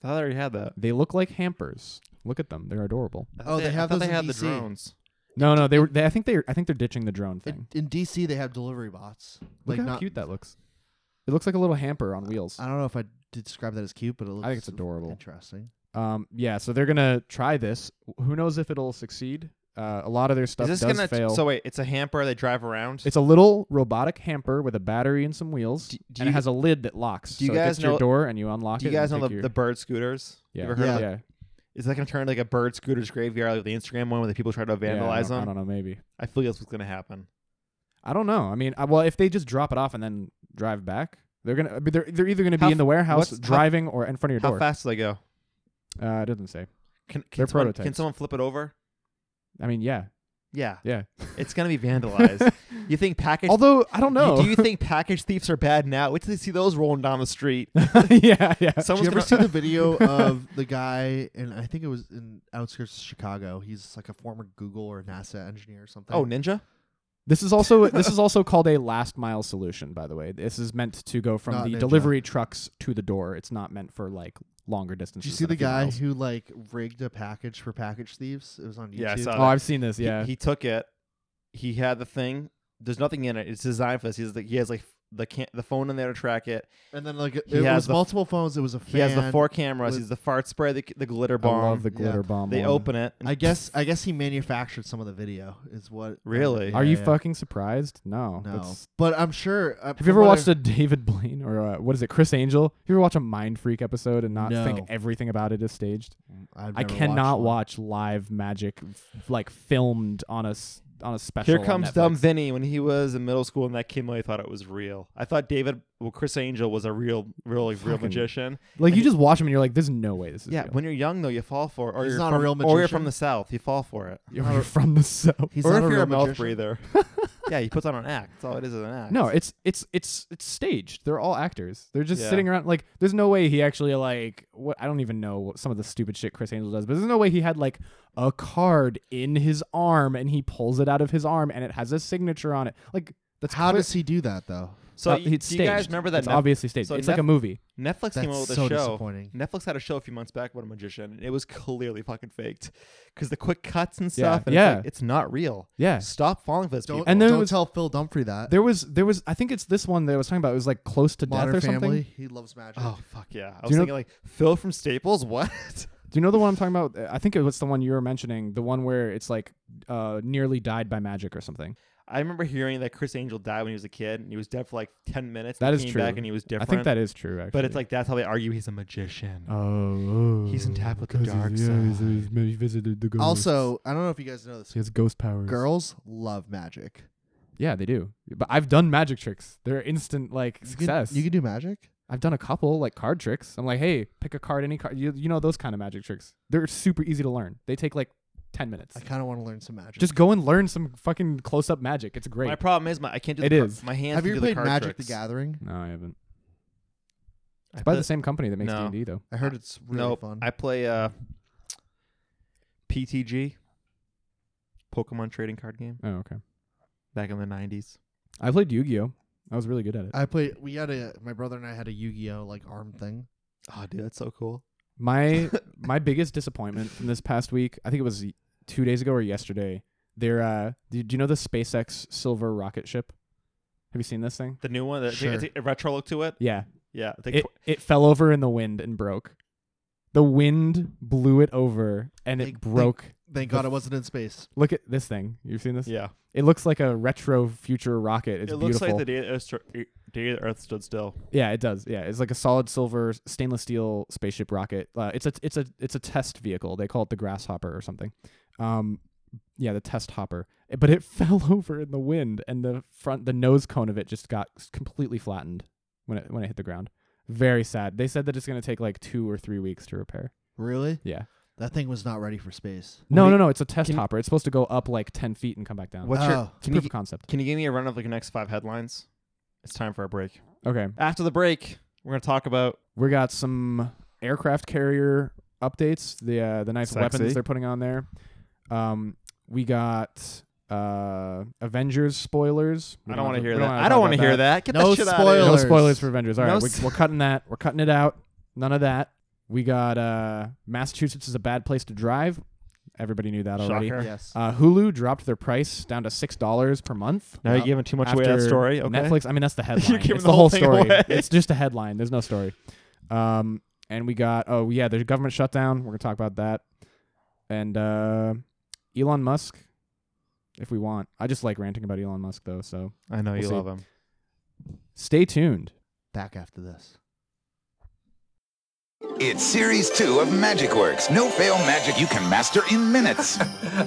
I thought I already had that. They look like hampers. Look at them; they're adorable. I Oh, thought they I have thought those they in had the DC. drones. No, no, they were. They, I think they. I think they're ditching the drone thing. In, in DC, they have delivery bots. Look like how not, cute that looks. It looks like a little hamper on wheels. I don't know if I did describe that as cute, but it looks. I think it's adorable. Interesting. Um, yeah. So they're gonna try this. Who knows if it'll succeed? Uh, a lot of their stuff Is this does gonna? fail. So wait, it's a hamper they drive around. It's a little robotic hamper with a battery and some wheels, Do- do and you- it has a lid that locks. do you so guys it gets to your know- door and you unlock do it? you guys and know the, take your, the bird scooters? yeah. You ever heard yeah. of yeah. Is that gonna turn like a bird scooter's graveyard, like the Instagram one where the people try to Yeah, I vandalize don't- I them? don't know. Maybe. I feel that's what's gonna happen. I don't know. I mean, I, well, if they just drop it off and then drive back, they're gonna. but They're, they're either gonna be How in the warehouse, what's- how- driving, or in front of your How door. fast do they go? Uh, it doesn't say. Can can They're someone, can prototypes. someone flip it over? I mean, yeah, Yeah, yeah. it's gonna [LAUGHS] be vandalized. you think package? Although I don't know. Do you think package thieves are bad now? Wait till they see those rolling down [LAUGHS] the street. yeah, yeah. Did you Someone's ever gonna [LAUGHS] see the video of the guy, and I think it was in outskirts of Chicago. He's like a former Google or NASA engineer or something. Oh, ninja. This is also this is also called a last mile solution, by the way. This is meant to go from Not the Ninja. delivery trucks to the door. It's not meant for like longer distances. Did you see than the a few guy miles. who like rigged a package for package thieves? It was on YouTube. Yeah, I saw Oh, I've seen this. He- Yeah, He, took it. He had the thing. There's nothing in it. It's designed for this. He's like he has like the can- the phone in there to track it. And then like it, He it has was the- multiple phones. It was a fan. He has the four cameras. with- He's the fart spray, the, the glitter I bomb. love the Yeah. glitter bomb. they one. open it. and I guess I guess he manufactured some of the video. Is what? Really? Yeah, Are you yeah. fucking surprised? No. No, that's- but I'm sure. uh, Have you ever from what I- watched a David Blaine or uh what is it, Chris Angel? Have you ever watch a Mind Freak episode and not No. think everything about it is staged? I've I never cannot watched one. watch live magic, f- like filmed on a s- on a special. [LAUGHS] Here on comes dumb Netflix. Vinny when he was in middle school, and that kid really thought it was real. I thought David, well, Chris Angel was a real, real, like, real Fucking- magician. Like and you he- just watch them and you're like, "There's no way this is." Yeah, real. when you're young though, you fall for it, or He's you're not a from, real or you're magician. from the south, you fall for it, [LAUGHS] you're from the [LAUGHS] south. Uh, He's or not if a you're real a mouth magician. [LAUGHS] breather. yeah, he puts on an act. That's all it is, is an act. No, it's it's it's it's staged. They're all actors. They're just Yeah. sitting around. Like, there's no way he actually like what I don't even know what some of the stupid shit Chris Angel does. But there's no way he had like a card in his arm and he pulls it out of his arm and it has a signature on it. Like that's How clear- does he do that though? so uh, you, it's do you guys staged. remember that It's Nef- obviously staged. so it's Nef- like a movie. Netflix came out with That's a so show. disappointing. Netflix had a show a few months back about a magician, and it was clearly fucking faked because the quick cuts and Yeah. stuff. and Yeah. It's, like, it's not real. Yeah. Stop falling for this. Don't People. And and there don't was- tell Phil Dumfrey that. There was there was I think it's this one that I was talking about. It was like close to Modern death or Family. something. He loves magic. oh fuck yeah! Do I was you know- thinking like Phil from Staples. [LAUGHS] What? Do you know the one I'm talking about? I think it was the one you were mentioning, the one where it's like uh, nearly died by magic or something. I remember hearing that Chris Angel died when he was a kid, and he was dead for like ten minutes. That and is came true. Back and he was different. I think that is true, actually. But it's like that's how they argue he's a magician. oh, He's in tap with the because dark he's- yeah, he's- side. he's- he visited the ghosts. Also, I don't know if you guys know this. he has ghost powers. Girls love magic. Yeah, they do. But I've done magic tricks. They're instant like You can- success. You can do magic. I've done a couple like card tricks. I'm like, hey, pick a card, any card. You, you know those kind of magic tricks. They're super easy to learn. They take like ten minutes. I kind of want to learn some magic. Just go and learn some fucking close up magic. It's great. My problem is my I can't do It the car- is. my hands. have can you ever do the played card Magic tricks. the Gathering? no, I haven't. I By play- the same company that makes No. D&D though. I heard it's really nope. fun. I play uh, PTG, Pokemon trading card game Oh, okay. back in the nineties. I played Yu-Gi-Oh. I was really good at it. I played. We had a. My brother and I had a Yu-Gi-Oh like arm thing. Oh, dude, that's so cool. [LAUGHS] My my biggest disappointment from this past week, I think it was y- 2 days ago or yesterday. There uh do do you know the SpaceX silver rocket ship? Have you seen this thing? The new one, that Sure. a retro look to it. Yeah. Yeah, I think It, tw- it fell over in the wind and broke. The wind blew it over and it Like, broke. Thank The God it f- wasn't in space. Look at this thing. You've seen this? yeah. It looks like a retro future rocket. It's it looks beautiful. like the day the, Earth, stu- day the Earth stood still. Yeah, it does. Yeah, it's like a solid silver s- stainless steel spaceship rocket. Uh, it's a it's a it's a test vehicle. They call it the Grasshopper or something. Um, yeah, the test hopper. Eh, But it [LAUGHS] fell over in the wind, and the front the nose cone of it just got s- completely flattened when it when it hit the ground. Very sad. They said that it's gonna take like two or three weeks to repair. Really? Yeah. That thing was not ready for space. No, do no, you- no. It's a test can you- hopper. It's supposed to go up like ten feet and come back down. What's your? Oh. It's Can you proof of concept. can you give me a run of like the next five headlines? It's time for a break. Okay. After the break, we're gonna talk about We got some aircraft carrier updates. The uh, the nice Sexy. weapons they're putting on there. Um, we got uh, Avengers spoilers. We I don't want to have hear we that. wanna I don't talk want to about hear that. that. Get No the shit out of spoilers. here. No spoilers for Avengers. All No right, we, s- we're cutting that. We're cutting it out. None of that. We got uh, Massachusetts is a bad place to drive. Everybody knew that already. Shocker. Oh. Yes. Uh, Hulu dropped their price down to six dollars per month. Now you're giving too much away to that after story. Okay. Netflix. I mean, [LAUGHS] that's the headline. You're giving it's the the, whole whole, thing story. away. It's just a headline. There's no story. Um, and we got oh yeah, there's a government shutdown. We're gonna talk about that. And uh, Elon Musk, if we want. I just like ranting about Elon Musk though. So I know We'll you see. love him. stay tuned. Back after this. It's Series 2 of Magic Works. No fail magic you can master in minutes.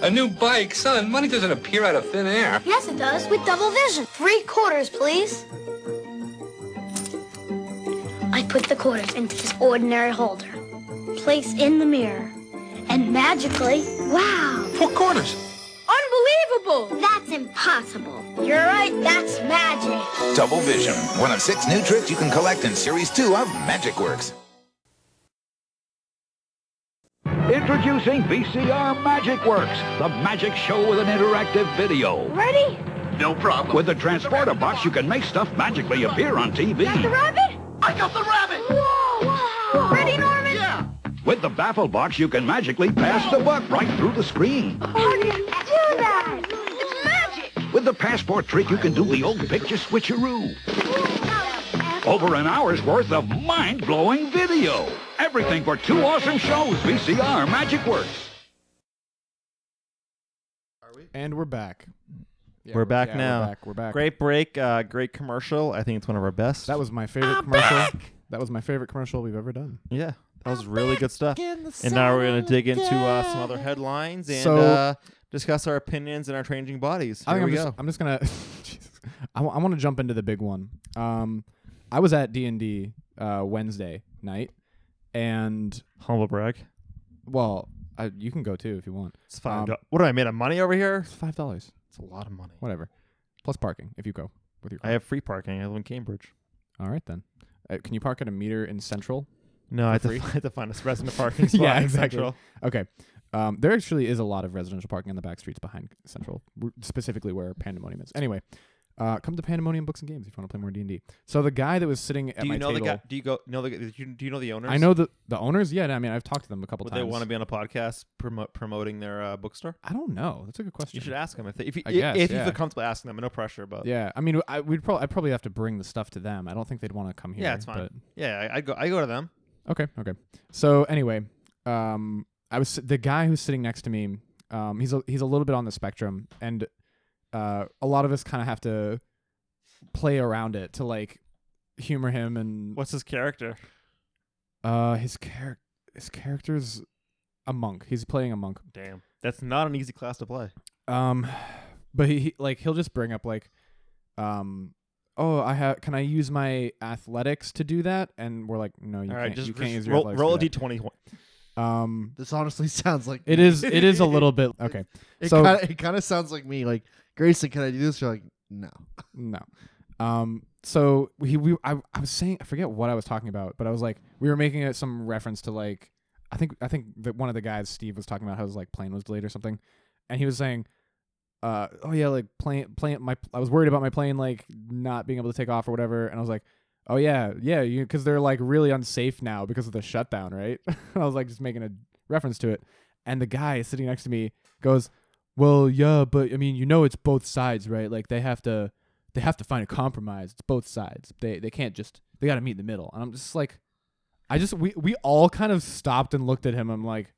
A new bike? Son, money doesn't appear out of thin air. Yes, it does, with double vision. Three quarters, please. I put the quarters into this ordinary holder, place in the mirror, and magically, wow! Four quarters. Unbelievable! That's impossible. You're right, that's magic. Double Vision, one of six new tricks you can collect in Series 2 of Magic Works. Introducing VCR Magic Works, the magic show with an interactive video. Ready? No problem. With the transporter box, you can make stuff magically appear on TV. rabbit? I got the rabbit! Whoa! Wow! Ready, Norman? Yeah! With the baffle box, you can magically pass the buck right through the screen. How did you do that? It's magic! With the passport trick, you can do the old picture switcheroo. Over an hour's worth of mind-blowing video. Everything for two awesome shows, VCR Magic Works. And we're back. Yeah, We're back yeah, now. We're back. We're back. Great break. Uh, great commercial. I think it's one of our best. That was my favorite commercial. That was my favorite commercial we've ever done. yeah. That was really good stuff. And now we're gonna dig into uh, some other headlines and So- uh, discuss our opinions and our changing bodies. Here I think we I'm go. just, I'm just gonna. [LAUGHS] Jesus. I want to jump into the big one. Um, I was at D and D uh, Wednesday night, and Humble brag. well, I, you can go too if you want. It's fine. Um, what am I made of money over here? It's five dollars, It's a lot of money. whatever, plus parking if you go with your I car. have free parking. I live in Cambridge. All right then. Uh, can you park at a meter in Central? No, I have, to, free? [LAUGHS] I have to find a resident parking spot. in Central. Okay. Um, there actually is a lot of residential parking on the back streets behind Central, w- specifically where Pandemonium is. Anyway, uh, come to Pandemonium Books and Games if you want to play more D and D. So the guy that was sitting at Do my you know the table, guy? Do you go know the? Do you, do you know the owners? I know the the owners. Yeah, I mean, I've talked to them a couple Would times. they want to be on a podcast promo- promoting their uh, bookstore? I don't know. That's a good question. You should ask them if they, if you, I if, guess, if you yeah. feel comfortable asking them. No pressure, but Yeah, I mean, I, we'd probably I'd probably have to bring the stuff to them. I don't think they'd want to come here. yeah, it's fine. yeah, I, I go I go to them. But, okay, okay. So anyway, um, I was the guy who's sitting next to me. Um, he's a, he's a little bit on the spectrum, and uh, a lot of us kind of have to play around it to like humor him and What's his character? uh his character his character's a monk. He's playing a monk. Damn, that's not an easy class to play. Um, [SIGHS] but he, he like he'll just bring up like, um, oh, I have. Can I use my athletics to do that? And we're like, no, you All can't. right, just, you can't just use your roll, athletics roll a to do d20. that. Um, This honestly [LAUGHS] sounds like it is. It is a little bit okay. It so kinda, it kind of sounds like me. Like Grayson, can I do this? You're like, no. no. Um. So he we I I was saying I forget what I was talking about, but I was like we were making a, some reference to like I think I think that one of the guys Steve was talking about how his like plane was delayed or something, and he was saying, uh, oh yeah, like plane plane my I was worried about my plane like not being able to take off or whatever, and I was like. Oh yeah, yeah, you because they're like really unsafe now because of the shutdown, right? [LAUGHS] and I was like just making a reference to it, and the guy sitting next to me goes, "Well, yeah, but I mean, you know, it's both sides, right? Like they have to, they have to find a compromise. It's both sides. They they can't just they got to meet in the middle." And I'm just like, I just we we all kind of stopped and looked at him. I'm like,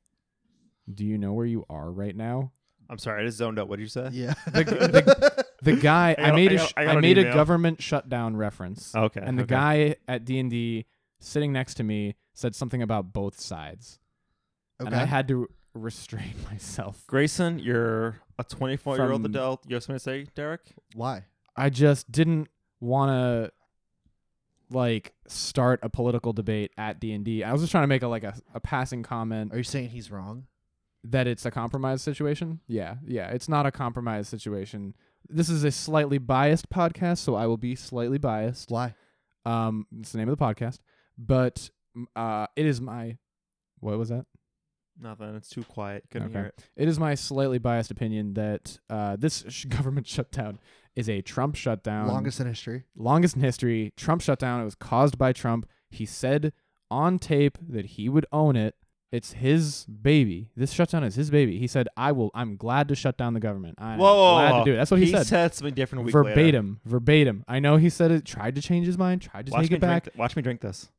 "Do you know where you are right now?" I'm sorry, I just zoned out. What did you say? [LAUGHS] [LAUGHS] Yeah. The, the, [LAUGHS] the guy I, I got- made I a got- sh- I I, got an made email. a government shutdown reference. Okay. And the okay. guy at D and D sitting next to me said something about both sides, and I Okay. had to restrain [LAUGHS] myself. Grayson, you're a 24 year old From- adult. You have something to say, Derek? Why? I just didn't want to like start a political debate at D and D. I was just trying to make a like a, a passing comment Are you saying he's wrong? that it's a compromise situation. Yeah, yeah, it's not a compromise situation. This is a slightly biased podcast, so I will be slightly biased. Why? Um, it's the name of the podcast, but mm, uh, it is my what was that? Nothing. It's too quiet. Couldn't Okay. hear it. It is my slightly biased opinion that uh, this sh- [LAUGHS] government shutdown is a Trump shutdown. Longest in history. longest in history. Trump shutdown. It was caused by Trump. He said on tape that he would own it. It's his baby. This shutdown is his baby. He said, "I will. I'm glad to shut down the government. I'm glad to do it." That's what he, he said. said something different a week later. verbatim, verbatim. I know he said it. Tried to change his mind. Tried to Watch take me it back. Drink, th- watch me drink this.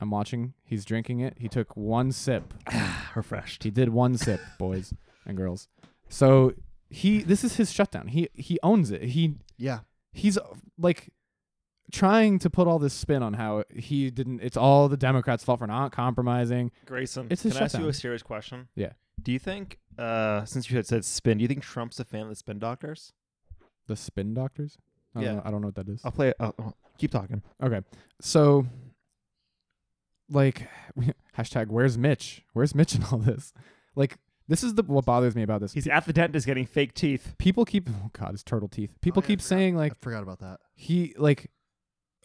I'm watching. He's drinking it. He took one sip. [SIGHS] Refreshed. He did one sip, boys and girls. So he. This is his shutdown. He he owns it. He Yeah. he's uh, like trying to put all this spin on how he didn't it's all the democrats fault for not compromising Grayson, It's can his I ask you shutdown. a serious question? Yeah. Do you think, uh, since you had said spin, do you think Trump's a fan of the spin doctors? the spin doctors I don't, Yeah. know, I don't know what that is Oh. I'll play it. I'll, I'll- keep talking. okay so like [LAUGHS] hashtag where's mitch where's mitch in all this like this is the what bothers me about this He's at the dentist getting fake teeth. people keep oh god his turtle teeth people Oh, yeah, I keep forgot- saying like I forgot [LAUGHS] about that. he like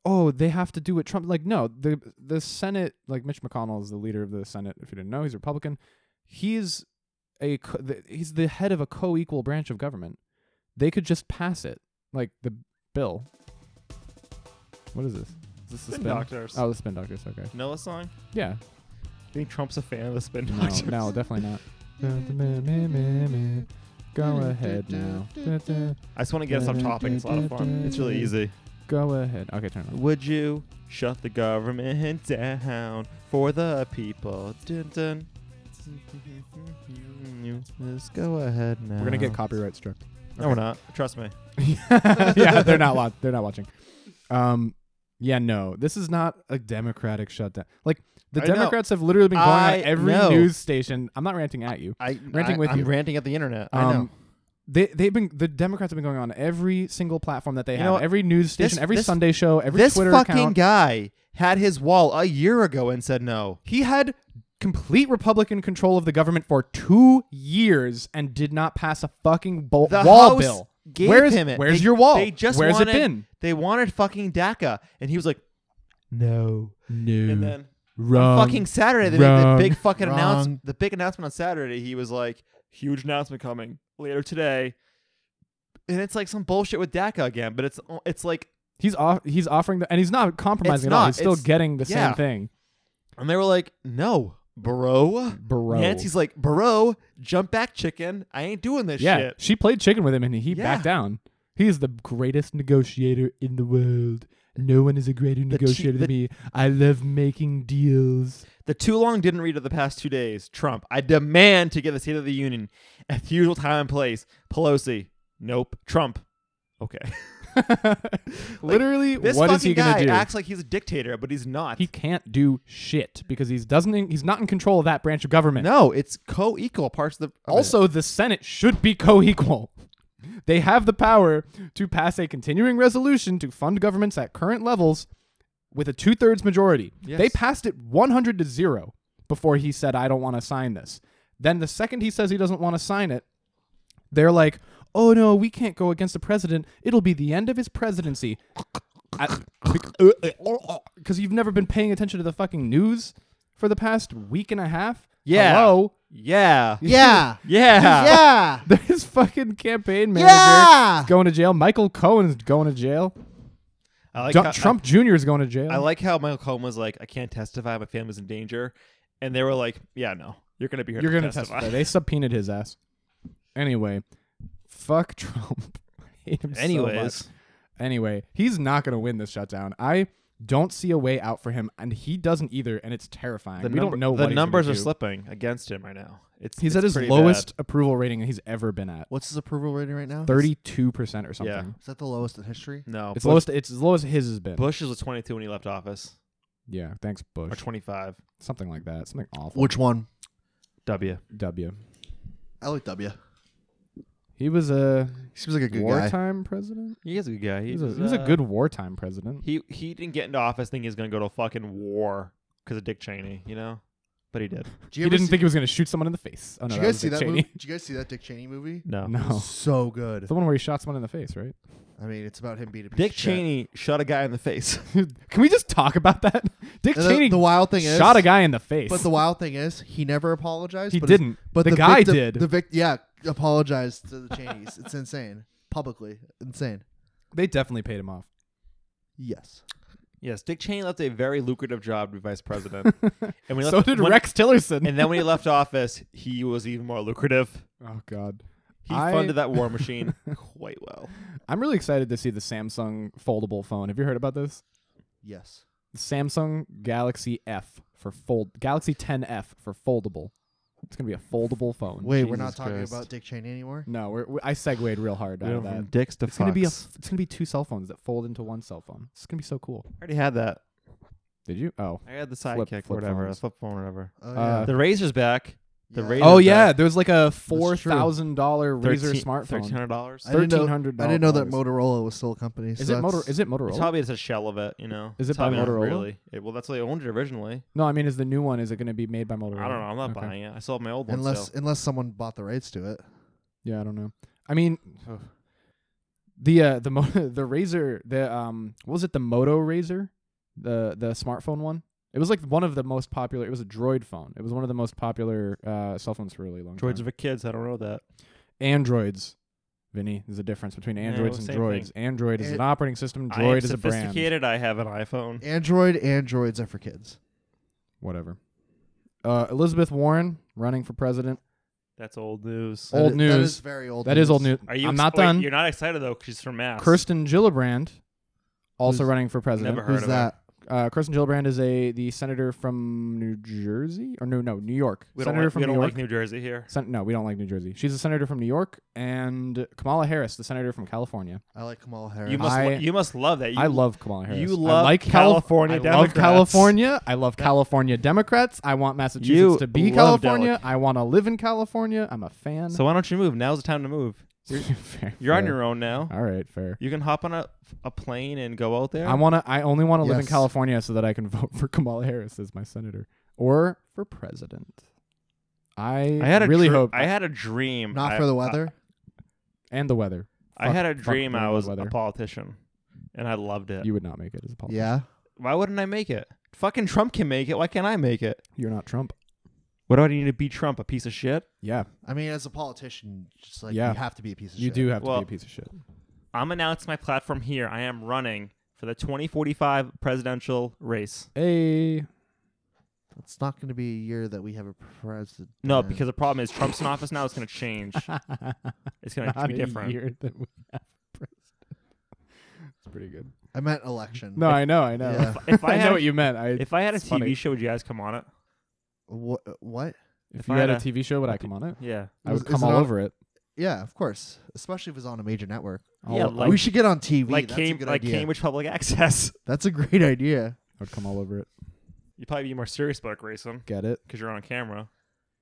oh they have to do what trump like no the the senate like mitch mcconnell is the leader of the senate if you didn't know he's a republican he's a co- the, he's the head of a co-equal branch of government they could just pass it like the bill what is this is this the Spin spin, doctors. oh the spin doctors okay You know the song? yeah Do you think Trump's a fan of the spin no doctors? no definitely not [LAUGHS] go ahead now [LAUGHS] I just want to get us off topic. It's a lot of fun. It's really easy. go ahead okay turn it on Would you shut the government down for the people? Dun, dun. Let's go ahead now. we're gonna get copyright struck No, we're not. Trust me. [LAUGHS] yeah, they're [LAUGHS] not wa- they're not watching. Um, yeah, no, this is not a democratic shutdown. Like the I know. Democrats have literally been going I on every know. news station. I'm not ranting at you. I, Ranting I, with I'm you. ranting at the internet. Um, I know. They they've been the Democrats have been going on every single platform that they You know have, what? every news station, This- every this- Sunday show, every this Twitter fucking account. guy had his wall a year ago and said no. He had complete Republican control of the government for two years and did not pass a fucking bo- The wall House bill. gave where's him it. Where's They- your wall? They just where's wanted, it been? They wanted fucking DACA, and he was like, no. No. And then Wrong. fucking Saturday, they made the Wrong. big fucking Wrong. announcement. The big announcement on Saturday, he was like, huge announcement coming later today. And it's like some bullshit with DACA again, but it's it's like, He's off. He's offering the, and he's not compromising It's at all. not. He's still It's- getting the yeah. same thing, and they were like, no, bro. bro. Nancy's like, bro, jump back, chicken. I ain't doing this yeah, shit. she played chicken with him, and he Yeah. backed down. He is the greatest negotiator in the world. No one is a greater The cheap- negotiator than the- me. I love making [LAUGHS] deals. The too long didn't read of the past two days. Trump, I demand to get the State of the Union at the usual time and place. Pelosi, nope. Trump, okay. [LAUGHS] Literally, This what fucking is he gonna guy do? acts like he's a dictator, but he's not. he can't do shit because he's doesn't. in- He's not in control of that branch of government. no, it's co-equal parts of the. of it. Also, the Senate should be [LAUGHS] co-equal. They have the power to pass a continuing resolution to fund governments at current levels with a two-thirds majority. They Yes. passed it 100 to zero before he said, "I don't want to sign this." Then the second he says he doesn't want to sign it, they're like, "Oh no, we can't go against the president. It'll be the end of his presidency." Because you've never been paying attention to the fucking news for the past week and a half. Yeah. Hello. yeah, Yeah. yeah, yeah. [LAUGHS] His fucking campaign manager Yeah! is going to jail. Michael Cohen's going to jail. I like Du- how- Trump Jr. is going to jail. I, I like how Michael Cohen was like, "I can't testify. My family's in danger," and they were like, "Yeah, no, you're gonna be here. You're to going to testify. testify." They subpoenaed his ass. Anyway, fuck [LAUGHS] Trump. I hate him so much. Anyways, Anyway, he's not going to win this shutdown. I don't see a way out for him, and he doesn't either, and it's terrifying. [LAUGHS] the we number- don't know the what he's gonna numbers are do. slipping against him right now. It's He's it's at his pretty lowest bad. approval rating he's ever been at. What's his approval rating right now? 32% or something. Yeah. Is that the lowest in history? No, It's Bush, lowest it's as low as his has been. Bush was 22 when he left office, Yeah, thanks or Bush. 25. Something like that. Something awful. Which one? W. W. I like W. He was a Seems like a good guy. wartime president. He is a good guy. He He's, uh, was, a, he was a good wartime president. He he didn't get into office thinking he's gonna go to fucking war because of Dick Cheney, you know, but he did. Did He ever didn't see- think he was going to shoot someone in the face. Oh, no, Did you that guys was see Dick that? Cheney. Movie? Did you guys see that Dick Cheney movie? [LAUGHS] No, No, So good. the one where he shot someone in the face, right? I mean, it's about him beating a piece Dick of shit. Cheney shot a guy in [LAUGHS] the face. [LAUGHS] Can we just talk about that? [LAUGHS] Dick And the- Cheney the wild thing is- shot a guy in the face. But the wild thing is, he never apologized. He but his- didn't. but The the, guy victim- did. The vic- yeah, apologized to the Cheneys. it's insane. Publicly, insane. they definitely paid him off. Yes. yes, Dick Cheney left a very lucrative job to be [LAUGHS] vice president, and we So did Rex Tillerson. And then when he left office, he was even more lucrative. oh God, He I- funded that war [LAUGHS] machine quite well. I'm really excited to see the Samsung foldable phone. Have you heard about this? Yes. The Samsung Galaxy F for fold Galaxy 10F for foldable. It's gonna be a foldable phone. Wait, we're not Jesus talking Christ. about Dick Cheney anymore. No, we're, we I segued real hard out of that. dicks to It's gonna be a. f- It's gonna be two cell phones that fold into one cell phone. It's gonna be so cool. already had that. Did you? Oh. I had the Flip- sidekick, flip whatever, phones. a flip phone, whatever. Oh, Uh, The razor's back. The Yeah. razor. Oh yeah, there was like a four That's true. thousand dollar Razor Thirteen smartphone. hundred dollars. I didn't know- $1,300 I didn't know that Motorola was still a company. Is so it Motor? that's- Is it Motorola? It's probably just a shell of it, you know. Is it It's by probably not Motorola? Really? It- well, that's why they owned it originally. no, I mean, is the new one? Is it going to be made by Motorola? I don't know. I'm not Okay. buying it. I still have my old one. Unless still. unless someone bought the rights to it. Yeah, I don't know. I mean, [SIGHS] the uh, the mo- [LAUGHS] the Razor the um what was it the Moto Razor the the smartphone one. It was like one of the most popular. It was a Droid phone. It was one of the most popular uh, cell phones for a really long droids time. are for kids. I don't know that. Androids, Vinny. There's a difference between androids and same thing. droids. Android is It- an operating system. I am Droid is a brand. sophisticated. I have an iPhone. Android androids are for kids. Whatever. Uh, Elizabeth Warren running for president. That's old news. That Old is- That news. is very old. That is old news. Are you? I'm ex- not wait, done. You're not excited though, because she's from Mass. Kirsten Gillibrand, also Who's- running for president. Never heard Who's of that? Uh, Kirsten Gillibrand is a the senator from New Jersey or no no New York. We don't, senator like, from we New don't York. like New Jersey here. Sen- no, we don't like New Jersey. She's a senator from New York, and Kamala Harris, the senator from California. I like Kamala Harris. You must. I- lo- you must love that. You, I love Kamala Harris. you I love like California Calif- I love Democrats. California. I love California Democrats. I want Massachusetts You to be love California. Delic- I want to live in California. I'm a fan. So why don't you move? Now's the time to move. [LAUGHS] You're, Fair, you're on fair. your own now. All right, fair. You can hop on a, a plane and go out there. I want to. I only want to live in Yes. California so that I can [LAUGHS] vote for Kamala Harris as my senator or for president. I, I had a really dr- hope. I had a dream. Not I- for the weather. and the weather. I, I Fuck- had a fuck dream. doing I the was weather. a politician, and I loved it. You would not make it as a politician. yeah. Why wouldn't I make it? Fucking Trump can make it. Why can't I make it? You're not Trump. What do I need to be Trump? A piece of shit? Yeah, I mean, as a politician, just like Yeah. you have to be a piece of you shit. do have Well- to be a piece of shit. I'm announcing my platform here. I am running for the 2045 presidential race. Hey, It's not going to be a year that we have a president. No, because the problem is Trump's in office now. It's going [LAUGHS] to change. It's going to not be a different. year that we have a president. It's pretty good. I meant election. No, I know, I know. [LAUGHS] Yeah. If I I had- know what you meant. I If I had a it's TV funny. show, would you guys come on it? What? What? if if you I had a had a- TV show, would I come on it? Yeah. I Is- would is come it all on- over it. Yeah, of course. Especially if it's on a major network. Oh, Yeah, All- like- we should get on TV. like That's a Cam- good like idea. Cambridge Public Access. [LAUGHS] That's a great idea. I would come all over it. You'd probably be more serious about racing Get it? because you're on camera.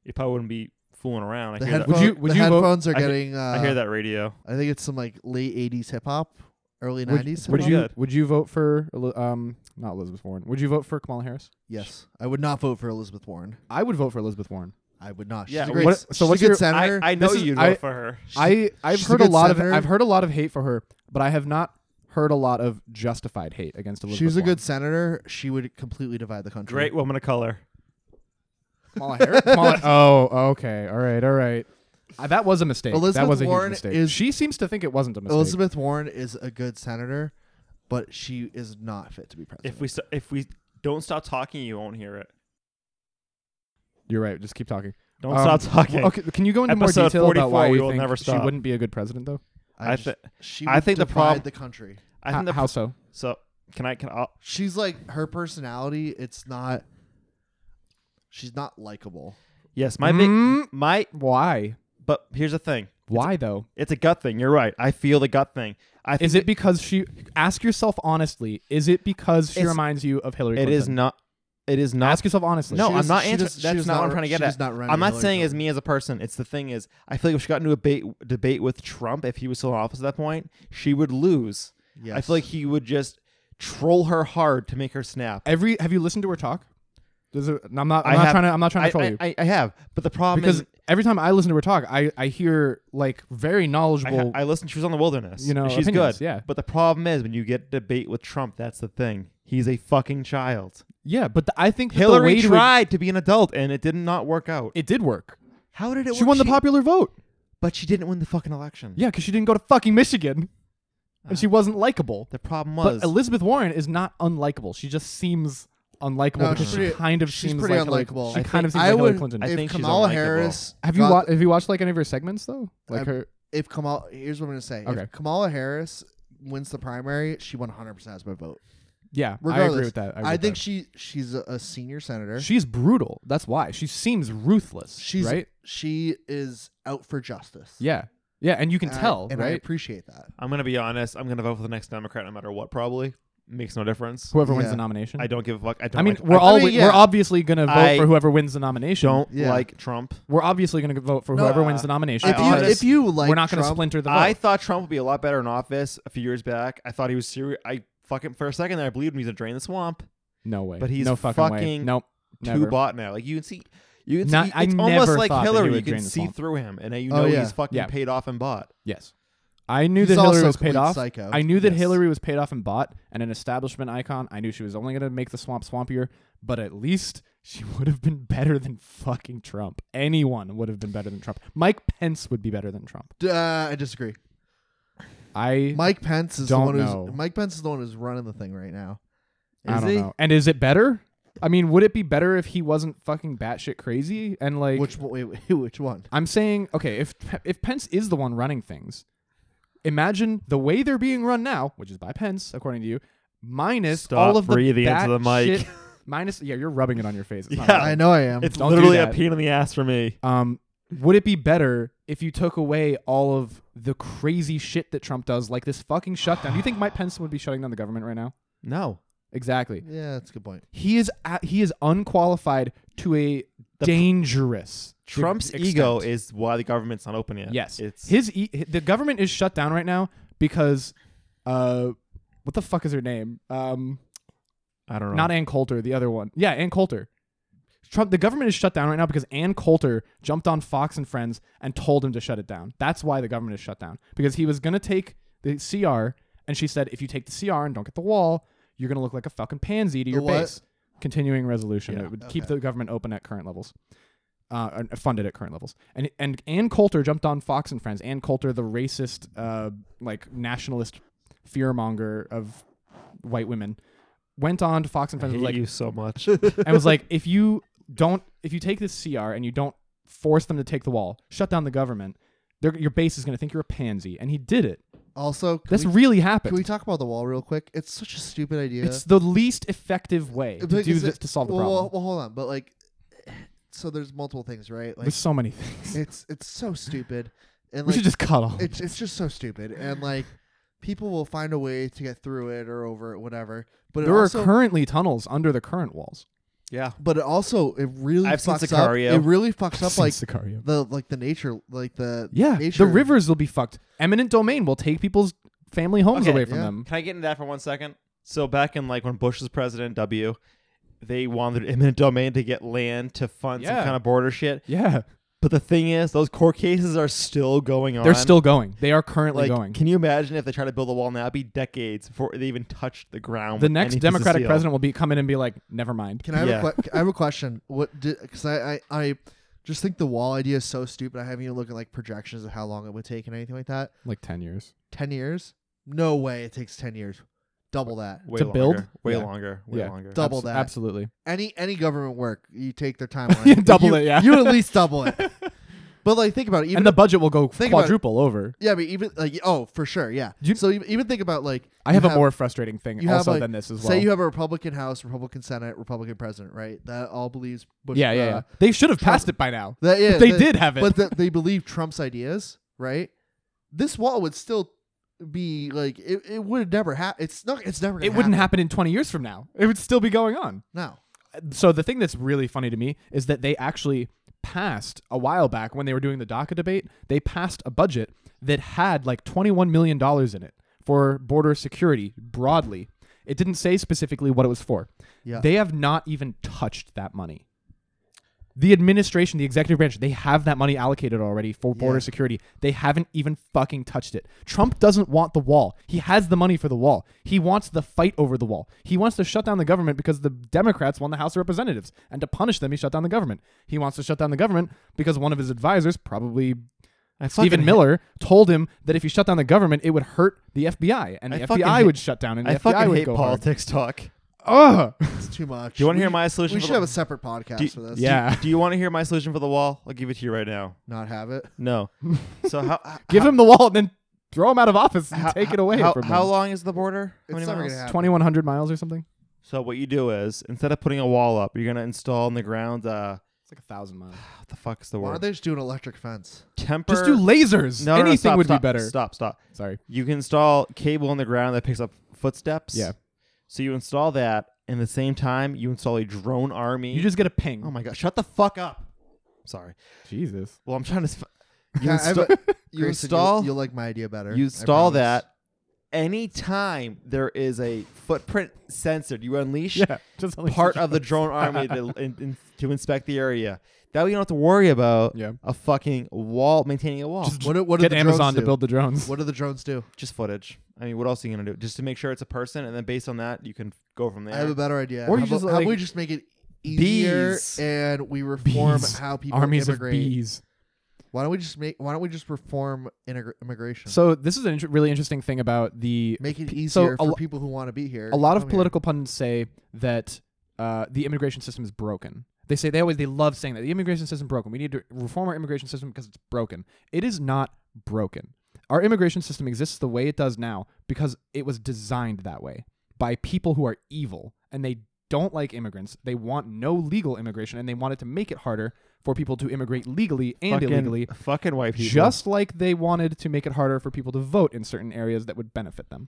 You probably wouldn't be fooling around. I The, hear headphone, that. Would you- would the you vote- headphones are I hear- getting. uh, I hear that radio. I think it's some like late '80s hip hop, early Would- '90s. Would hip-hop. you good. would you vote for Eli- um not Elizabeth Warren? Would you vote for Kamala Harris? Yes, I would not vote for Elizabeth Warren. I would vote for Elizabeth Warren. I would not. She's Yeah, a great, what- so so she's what's a good your- I- senator. I, I know is- you'd I- vote for her. I I've she's a heard a good lot senator. of I've heard a lot of hate for her, but I have not heard a lot of justified hate against Elizabeth. she's a Warren. good senator. She would completely divide the country. Great woman of color. Kamala Harris. [LAUGHS] Kamala, oh, okay, all right, all right. Uh, that was a mistake. Elizabeth that was a Warren huge mistake. is- she seems to think it wasn't a mistake. Elizabeth Warren is a good senator, but she is not fit to be president. If we st- if we don't stop talking, you won't hear it. You're right. Just keep talking. Don't Um, stop talking. Okay, can you go into more Episode detail about 44, why we you will think never she stop. wouldn't be a good president, though? I just- thi- she I would think the divide prob- the country. I How, think the, how so? so. Can I can I, She's like her personality. It's not. She's not likable. Yes, my big Mm. my Why? but here's the thing. Why though? It's a gut thing. You're right. I feel the gut thing. I think Is it because she? Ask yourself honestly. Is it because she It's- reminds you of Hillary? it Clinton? is not it is not Ask yourself honestly. No, She I'm does- not she answering. does- she That's does not what not I'm trying to re- get she at. does not run I'm not Hillary saying as Clinton. me as a person. It's the thing is, I feel like if she got into a debate, debate with Trump, if he was still in office at that point, she would lose. I Yes. feel like he would just troll her hard to make her snap. Every have you listened to her talk? Does it, I'm not. I'm I not have- trying to. I'm not trying I, to troll I- um, you I, I have, but the problem because is, every time I listen to her talk, I I hear like very I, knowledgeable. I listened. She was on the wilderness. You know, she's opinions, good. yeah. but the problem is when you get debate with Trump, that's the thing. He's a fucking child. yeah, but the, I think that the way Hillary to- tried to be an adult, and it did not work out. it did work. How did it? She work? won the popular vote. but she didn't win the fucking election. Yeah, because she didn't go to fucking Michigan, Ah. and she wasn't likable. the problem But was Elizabeth Warren is not unlikable. She just seems unlikable No, because she's she pretty- kind of she's seems pretty like Hillary- unlikable. She I kind of think- seems I like Hillary would. Clinton. I if think she's Kamala unlikable. Harris, have you got- watched? Have you watched like any of her segments though? Like I- her. If Kamala, here's what I'm gonna say. Okay. If Kamala Harris wins the primary, she 100 percent has my vote. Yeah, Regardless, I agree with that. I, agree with think that. she she's a, a senior senator. she's brutal. That's why she seems ruthless. she's right. She is out for justice. Yeah, yeah, and you can And I- tell, and I right? appreciate that. I'm gonna be honest. I'm gonna vote for the next Democrat, no matter what. Probably makes no difference. Whoever wins Yeah. the nomination. I don't give a fuck. I don't. I mean, like, we're I all mean, yeah. we're obviously gonna vote I for whoever wins the nomination. don't Yeah. like Trump. We're obviously gonna vote for whoever wins the nomination. If you, because if you like, we're not gonna Trump, splinter the vote. I thought Trump would be a lot better in office a few years back. I thought he was serious. I fucking for a second there, I believed him. He's gonna drain the swamp. no way. but he's no fucking, way. fucking Nope. Too Never. bought now. Like you can see, you can Not- see. I It's almost never like thought that he Hillary. would You can drain the see swamp. through him, and now you Oh, know yeah. he's fucking Yeah. paid off and bought. Yes. I knew that He's Hillary also a was paid complete off. psycho. I knew that Yes. Hillary was paid off and bought and an establishment icon. I knew she was only going to make the swamp swampier, but at least she [LAUGHS] would have been better than fucking Trump. Anyone would have been better than Trump. Mike Pence would be better than Trump. uh, I disagree. I Mike Pence is Don't the one know. who's Mike Pence is the one who's running the thing right now. I Is don't he? know. And is it better? I mean, would it be better if he wasn't fucking batshit crazy and like Which one- wait, wait, [LAUGHS] which one? I'm saying, okay, if if Pence is the one running things, imagine the way they're being run now, which is by Pence, according to you, minus Stop all of the breathing into the batshit- mic. minus yeah, you're rubbing it on your face. It's not Yeah. right. I know I am. It's Um, Don't do literally a that. pain in the ass for me. Um, would it be better if you took away all of the crazy shit that Trump does, like this fucking shutdown? Do you think Mike Pence would be shutting down the government right now? No, Exactly. yeah, that's a good point. He is at, he is unqualified to a pr- dangerous Trump's extent. ego is why the government's not open yet. Yes, it's his e- hi- the government is shut down right now because, uh, what the fuck is her name? Um, I don't know. not Ann Coulter, the other one. Yeah, Ann Coulter. Trump, the government is shut down right now because Ann Coulter jumped on Fox and Friends and told him to shut it down. That's why the government is shut down because he was gonna take the CR and she said, if you take the CR and don't get the wall, you're gonna look like a fucking pansy to your what? base. Continuing resolution that would keep Okay. the government open at current levels uh, and funded at current levels. And and Ann Coulter jumped on Fox and Friends. Ann Coulter, the racist, uh, like nationalist fearmonger of white women, went on to Fox and I Friends hate and was you like, so [LAUGHS] much. and was [LAUGHS] like, if you don't, if you take this CR and you don't force them to take the wall, shut down the government, they're- your base is going to think you're a pansy. And he did it. Also, can This we, really happened. can we talk about the wall real quick? It's such a stupid idea. It's the least effective way to But do is this it- to solve the well, problem. Well, well, hold on, but like, so there's multiple things, right? [LAUGHS] Like, There's so many things. it's it's so stupid, and we like, should just cut all. it's it's just so stupid, and like, people will find a way to get through it or over it, whatever. But there it are also, currently tunnels under the current walls. Yeah. but it also it really I've seen fucks up. Sicario. It really fucks up Since like Sicario. the like the nature, like the yeah, nature. the rivers will be fucked. Eminent domain will take people's family homes Okay, away from yeah. them. Can I get into that for one second? So back in like when Bush was president, W, they wanted eminent domain to get land to fund some Yeah. kind of border shit. Yeah, But the thing is, those court cases are still going on. they're still going. They are currently like, going. Can you imagine if they try to build a wall now? It'd be decades before they even touch the ground. The with next any piece of Democratic steel. president will be come in and be like, "Never mind." Can I have, Yeah. a, que- I have a question? What did because I, I I just think the wall idea is so stupid. I haven't even looked at like projections of how long it would take and anything like that. Like ten years. Ten years? No way. It takes ten years. Double that. Way to longer, build? way Yeah. longer, way Yeah. longer. Double Abs- that. Absolutely. Any any government work, you [LAUGHS] take their time. on it. Double You- it, yeah. you at least double [LAUGHS] it. But like, think about it. Even and the budget will go Think about it. quadruple over. yeah, but even like, oh, for sure, yeah. You- so e-, even, even think about like, I you have, a more frustrating thing you have, also like, than this as well. Say you have a Republican House, Republican Senate, Republican President, right? That all believes. Bush, yeah, yeah, uh, yeah. They should have passed it by now. That, yeah, But they that- did have it. but that they believe Trump's ideas, right? This wall would still be like it, it would never happen. It's not. It's never. it gonna wouldn't happen in 20 years from now. It would still be going on. No. So the thing that's really funny to me is that they actually passed a while back when they were doing the DACA debate, they passed a budget that had like 21 million dollars in it for border security broadly. It didn't say specifically what it was for. Yeah. They have not even touched that money. The administration, the executive branch, they have that money allocated already for border Yeah. security. They haven't even fucking touched it. Trump doesn't want the wall. He has the money for the wall. He wants the fight over the wall. He wants to shut down the government because the Democrats won the House of Representatives. And to punish them, he shut down the government. He wants to shut down the government because one of his advisors, probably Stephen Miller, told him that if you shut down the government, it would hurt the FBI. And I the fucking FBI hate- would shut down. And the I FBI fucking would hate go politics [LAUGHS] talk. Hard. Ugh. It's too much. Do you want to We hear sh- my solution? We for should the- have a separate podcast Do you- for this. do you- Yeah. Do you want to hear my solution for the wall? I'll give it to you right now. Not have it. [LAUGHS] No. So how Give him the wall and then throw him out of office and how- take it away How, from how him. long is the border? How It's many never miles? gonna happen. 2100 miles or something? So what you do is instead of putting a wall up, you're gonna install in the ground. Uh, It's like a thousand miles. what the fuck is the Why word? don't they just do an electric fence? [SIGHS] Temper. Just do lasers. No, no, no, Anything stop, would stop, be better. Stop. Stop. Sorry. You can install cable in the ground that picks up footsteps. Yeah. So you install that, and the same time you install a drone army. You just get a ping. Oh my god! Shut the fuck up. Sorry. Jesus. Well, I'm trying to. sp- [LAUGHS] You Yeah, I have insta- a- you Grayson, install- You'll, you'll like my idea better. You I install promise. that anytime there is a footprint censored, you unleash Yeah. Just only- part of the drone army to, in, in, to inspect the area. That way you don't have to worry about Yeah. a fucking wall, maintaining a wall. Just, What? do- What do Get the Amazon drones to do? build the drones. What do the drones do? footage. I mean, what else are you going to do? Just to make sure it's a person, and then based on that, you can go from there. I have a better idea. Or how you just, about, how about we like, just make it easier bees. and we reform [LAUGHS] Bees. how people Armies immigrate? of bees. Why don't we just make? Why don't we just reform integra- immigration? So this is a inter- really interesting thing about the make it pe- easier so a for lo- people who want to be here. a lot to of come here. political pundits say that uh, the immigration system is broken. They say they always they love saying that the immigration system broken. We need to reform our immigration system because it's broken. It is not broken. Our immigration system exists the way it does now because it was designed that way by people who are evil and they don't like immigrants. They want no legal immigration and they wanted to make it harder for people to immigrate legally and fucking, illegally Fucking white people. just like they wanted to make it harder for people to vote in certain areas that would benefit them.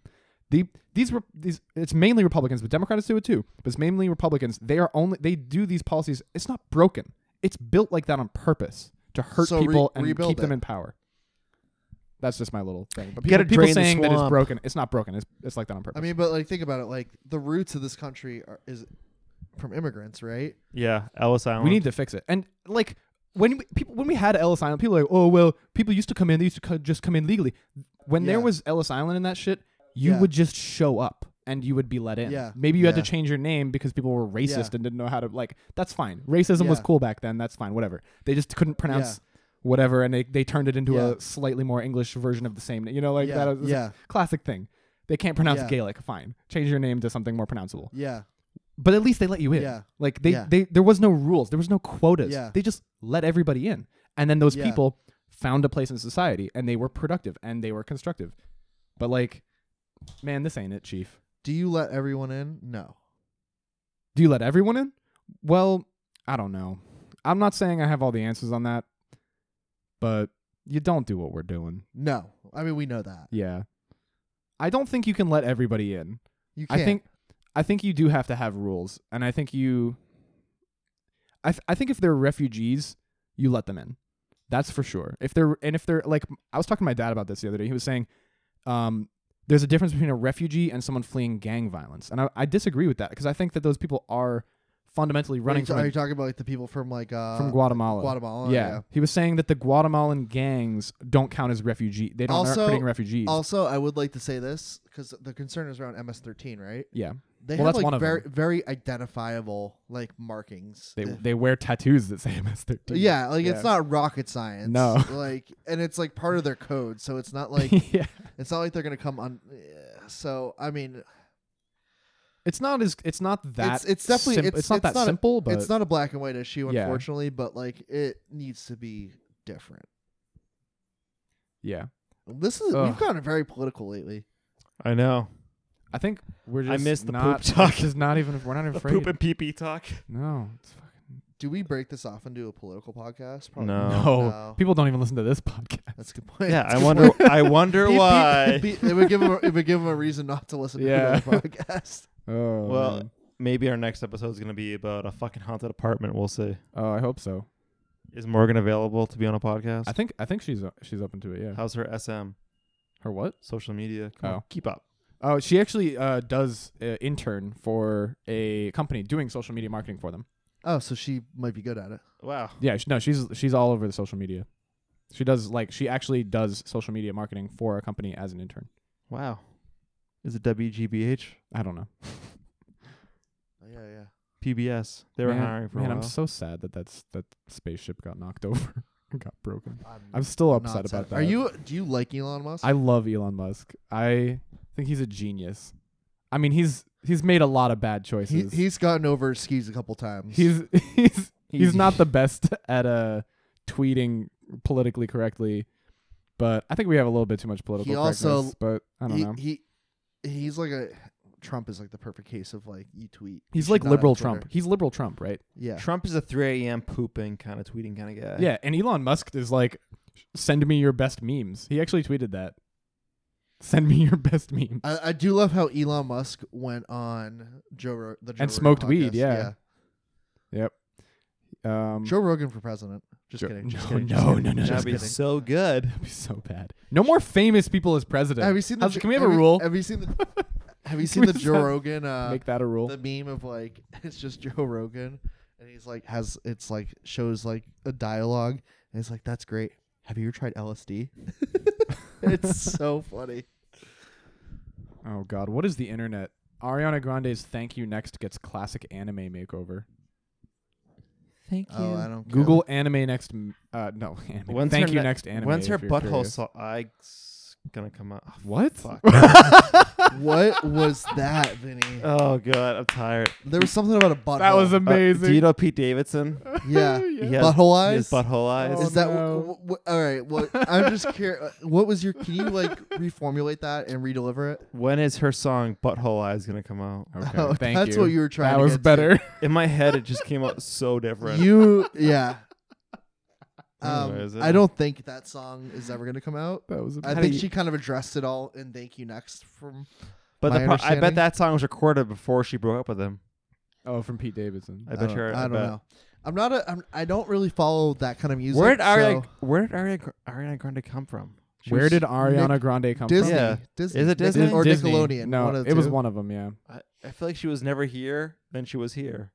The these re- these it's mainly Republicans, but Democrats do it too. But it's mainly Republicans. They are only they do these policies. It's not broken. It's built like that on purpose to hurt So re- people and rebuild keep them it. in power. That's just my little thing. But people, Gotta people drain the saying that it's swamp. broken, it's not broken. It's, it's like that on purpose. I mean, but like, think about it. Like, the roots of this country are, is from immigrants, right? Yeah, Ellis Island. we need to fix it. And like when we, people when we had Ellis Island, people were like, oh well, people used to come in. They used to co- just come in legally. When there Yeah. was Ellis Island and that shit, you Yeah. would just show up and you would be let in. Yeah. Maybe you had to Yeah. change your name because people were racist Yeah. and didn't know how to like. That's fine. Racism was Yeah. cool back then. That's fine. Whatever. They just couldn't pronounce. Whatever, and they, they turned it into Yeah. a slightly more English version of the same name. You know, like Yeah. that was Yeah. a classic thing. They can't pronounce Yeah. Gaelic. Fine, change your name to something more pronounceable Yeah, but at least they let you in. Yeah. Like they, Yeah. they there was no rules, there was no quotas. Yeah. They just let everybody in. And then those Yeah. people found a place in society and they were productive and they were constructive. But like, man, this ain't it, Chief. Do you let everyone in? No. Do you let everyone in? Well, I don't know. I'm not saying I have all the answers on that, but you don't do what we're doing. No. I mean, we know that. Yeah. I don't think you can let everybody in. You can't. I think I think you do have to have rules, and I think you. I th- I think if they're refugees, you let them in. That's for sure. If they're and if they're like I was talking to my dad about this the other day. He was saying, um, there's a difference between a refugee and someone fleeing gang violence, and I, I disagree with that because I think that those people are fundamentally Are running you, ta- from, are a- you talking about like the people from like uh from Guatemala. Guatemala, yeah. He was saying that the Guatemalan gangs don't count as refugee. They don't aren't Also- creating refugees. Also, I would like to say this because the concern is around MS-13, right? yeah. They Well, have that's like one of very them. very identifiable like markings. They Uh, they wear tattoos that say MS-13. yeah, like Yeah. it's not rocket science. No. [LAUGHS] like and it's like part of their code, so it's [LAUGHS] not like yeah. it's not like they're gonna come on. Yeah, so I mean, It's not as it's not that it's, it's definitely sim- it's, not it's that not a- simple, but it's not a black and white issue, Yeah. unfortunately. But like it needs to be different. yeah. This is Ugh. we've gotten very political lately. I know. I think we're just I missed the poop not, talk. Is not even we're [LAUGHS] not even The afraid. poop and pee pee talk. no, it's fucking Do we break this off and do a political podcast? Probably No. not. Oh, no. People don't even listen to this [LAUGHS] podcast. That's a good point. [LAUGHS] Yeah, [LAUGHS] That's a I good wonder. point. I wonder Beep, beep, [LAUGHS] why. beep. It would give him. A, it would give him a reason not to [LAUGHS] listen Yeah. to another [LAUGHS] podcast. Oh Well- man. Maybe our next episode is going to be about a fucking haunted apartment. We'll see. oh, I hope so. Is Morgan available to be on a podcast? I think I think she's she's open to it. Yeah. How's her SM Her what? social media? Come on, Oh. keep up. Oh, she actually uh, does uh, intern for a company doing social media marketing for them. Oh, so she might be good at it. Wow. Yeah, she, no, she's she's all over the social media. She does like she actually does social media marketing for a company as an intern. Wow. Is it WGBH? I don't know. Oh, yeah, yeah. PBS. They were man, hiring for man, a while. I'm so sad that that's that spaceship got knocked [LAUGHS] over and got broken. I'm, I'm still not upset about sad. that. Are you? Do you like Elon Musk? I love Elon Musk. I think he's a genius. I mean, he's he's made a lot of bad he, choices. he's gotten over skis a couple times. he's [LAUGHS] he's he's not [LAUGHS] the best at uh tweeting politically correctly, but I think we have a little bit too much political He also- correctness. But I don't he, know. he he's like a Trump is like the perfect case of like you tweet. You He's should like not have liberal Twitter. Trump. He's liberal Trump, right? Yeah. Trump is a 3 a.m. pooping kind of tweeting kind of guy. Yeah, and Elon Musk is like, send me your best memes. He actually tweeted that. Send me your best memes. I, I do love how Elon Musk went on Joe Ro- the Joe And Rogan smoked weed, podcast. yeah. Yep. Um, [LAUGHS] Joe Rogan for president. Just Joe- kidding. Just no, kidding. no, just no, kidding, no, no, just That'd be kidding. so good. That'd be so bad. No more famous people as president. Have you seen the? How's- Jo- Can we have, a you- rule? Have you [LAUGHS] seen the? Have you Can seen we the Joe have- Rogan? Uh, Make that a rule. the meme of like [LAUGHS] it's just Joe Rogan, and he's like has it's like shows like a dialogue, and it's like that's great. Have you ever tried LSD? [LAUGHS] it's so funny. oh God, what is the internet? Ariana Grande's "Thank You Next" gets classic anime makeover. Thank you. Oh, I don't care. Google anime next. m- Uh, no, [LAUGHS] anime. When's thank her you ne- next anime. When's her if you're butthole curious. so- I gonna come out? Oh, What? Fuck. [LAUGHS] [LAUGHS] What was that, Vinny? oh god, I'm tired. there was something about a butthole. That was Uh, amazing. do you know Pete Davidson? [LAUGHS] yeah. [LAUGHS] He yeah. has- Butthole he eyes. has butthole eyes. Oh, Is that no. w- w- all right? What I'm just curious. What was your? Can you like [LAUGHS] reformulate that and redeliver it? When is her song "Butthole Eyes" gonna come out? [LAUGHS] Okay, Oh, thank that's you. what you were trying That to was get to. better. [LAUGHS] In my head, it just came out [LAUGHS] so different. You yeah. Um, Where is it? I don't think that song is ever going to come out. that was. I How do think you- she kind of addressed it all in "Thank You Next." From but my the pro- I bet understanding- that song was recorded before she broke up with him. oh, from Pete Davidson. Oh, I bet don't- you. I don't bet. know. I'm not a. I'm, I don't really follow that kind of music. Where did Ariana so- Where did Ariana, Gr- Ariana Grande come from? She Where was- did Ariana Grande come Disney? from? Yeah. Disney. Is it Nick- Disney? or Disney. Nickelodeon? No, one of the it was two. one of them. Yeah. I, I feel like she was never here. Then she was here.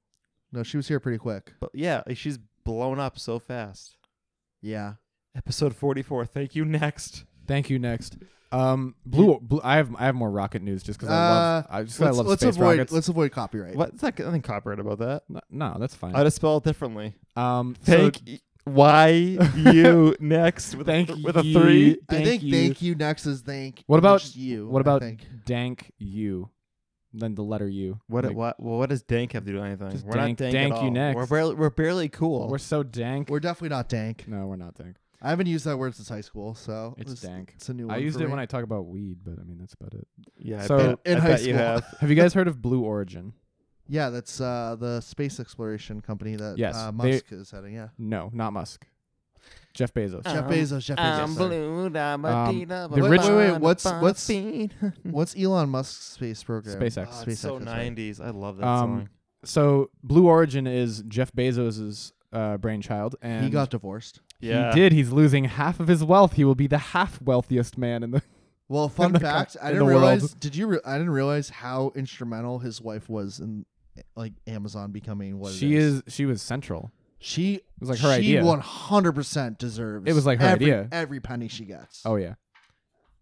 No, she was here pretty quick. But yeah, like, she's blown up so fast. Yeah. Episode 44. Thank you. Next. Thank you. Next. Um, blue. blue I have I have more rocket news just because I love. Uh, I just 'cause let's I love let's space avoid rockets. let's avoid copyright. What? It's not nothing copyright about that. No, no, that's fine. I'd spell it differently. um, so Thank y- why [LAUGHS] you next with Thank a, th- with a ye- three. I Thank think you. "Thank You Next" is thank. What about- just you? what I about think. dank you? Then the letter U. What Like, what well, what does dank have to do with anything? Just we're dank- not dank, dank at you all. next. We're barely we're barely cool. We're so dank. We're definitely not dank. no, we're not dank. I haven't used that word since high school, so It's dank. It's a new. I one used for it me. when I talk about weed, but I mean that's about it. Yeah, So- I bet, In I high bet you school. have. Have you guys heard of Blue Origin? Yeah, that's uh, the space exploration company that Yes, uh, they- Musk is heading. Yeah, No, not Musk. Jeff Bezos. Um, Jeff Bezos. Jeff Bezos. sorry. the Wait, rich- wait, wait, what's [LAUGHS] what's what's Elon Musk's space program? SpaceX. Oh, Oh, It's so SpaceX, that's right. '90s. I love that Um, song. so Blue Origin is Jeff Bezos's uh, brainchild, and He got [LAUGHS] divorced. Yeah, He did. He's losing half of his wealth. He will be the half wealthiest man in the. Well, fun the co- fact, I in didn't the world. realize. Did you? Re- I didn't realize how instrumental his wife was in like Amazon becoming what it she is. is. She was central. She it was like her idea. One hundred percent deserves. It was like her every, idea. Every penny she gets. Oh yeah.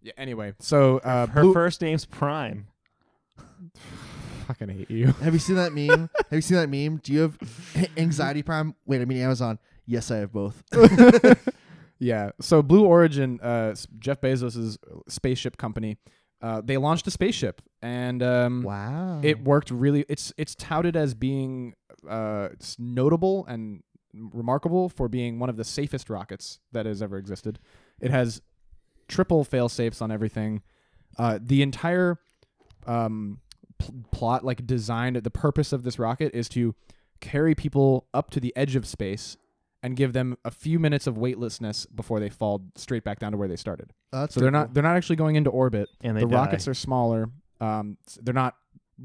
Yeah. Anyway, so uh, Her Blue- first name's Prime. fucking hate you. [LAUGHS] Have you seen that meme? have you seen that meme? Do you have [LAUGHS] anxiety prime? Wait, I mean Amazon. Yes, I [LAUGHS] have both. Yeah. So Blue Origin, uh, s- Jeff Bezos's spaceship company, uh, they launched a spaceship, and um, wow. it worked really. It's it's touted as being uh, s- notable and remarkable for being one of the safest rockets that has ever existed. It has triple fail safes on everything. Uh, the entire um, pl- plot, like designed, the purpose of this rocket is to carry people up to the edge of space and give them a few minutes of weightlessness before they fall straight back down to where they started. Oh, that's So they're pretty not they're not actually going into orbit. And they the die. rockets are smaller. Um, s- they're not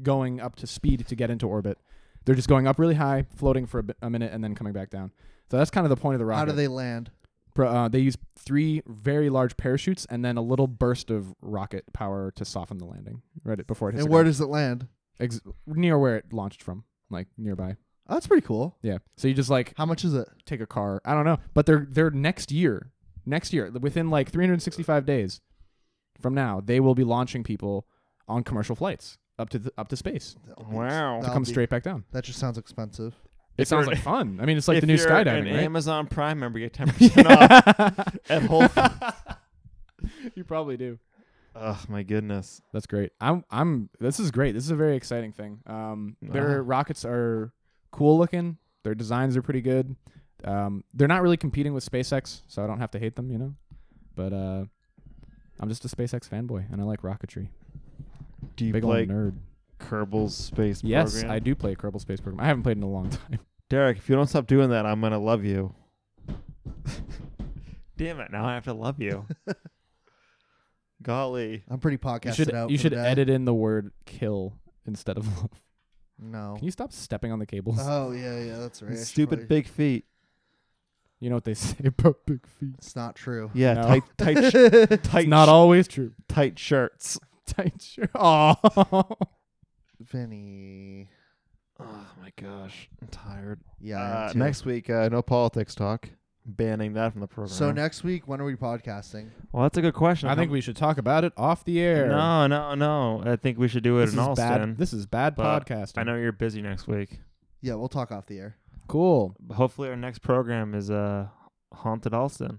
going up to speed to get into orbit. They're just going up really high, floating for a, bit, a minute, and then coming back down. So that's kind of the point of the cool. rocket. How do they land? Pro- Uh, they use three very large parachutes and then a little burst of rocket power to soften the landing right at- before it hits. And the where ground. does it land? Ex- near where it launched from, like nearby. Oh, that's pretty cool. Yeah. So you just like How much is it? take a car. I don't know, but they're they're next year, next year, within like 365 days from now, they will be launching people on commercial flights up to the, up to space That'll be- Wow. that'll come be- straight back down. That just sounds expensive. It If sounds you're- like fun. I mean, it's like if the new you're an skydiving, right? Amazon Prime [LAUGHS] member, you get ten percent off at [LAUGHS] Whole. Foods. you probably do. oh my goodness. That's great. I'm I'm this is great. This is a very exciting thing. Um their rockets are cool looking. Their designs are pretty good. Um they're not really competing with SpaceX, so I don't have to hate them, you know. But uh I'm just a SpaceX fanboy and I like rocketry. Do you Big play old nerd. Kerbal's space Yes, program? I do play Kerbal Space Program. I haven't played in a long [LAUGHS] time. Derek, if you don't stop doing that, I'm gonna love you. [LAUGHS] Damn it! Now I have to love you. [LAUGHS] Golly, I'm pretty You podcasted should out. you for should the day. edit in the word kill instead of love. [LAUGHS] No. Can you stop stepping on the cables? [LAUGHS] Uh-huh. Oh yeah, yeah, that's right. I should stupid probably- big feet. you know what they [LAUGHS] say about big feet. It's not true. Yeah, No. tight, [LAUGHS] tight, sh- tight, It's not always true. [LAUGHS] tight shirts. Tight shirt. Aw. [LAUGHS] Vinny. Oh my gosh, I'm tired. Yeah. I am Uh, too. next week, uh, no politics talk. Banning that from the program. So next week, when are we podcasting? well, that's a good question. I think we should talk about it off the air. No, no, no. I think we should do it this in is Allston. bad. This is bad but podcasting. I know you're busy next week. Yeah, we'll talk off the air. Cool. But hopefully, our next program is uh, haunted Allston.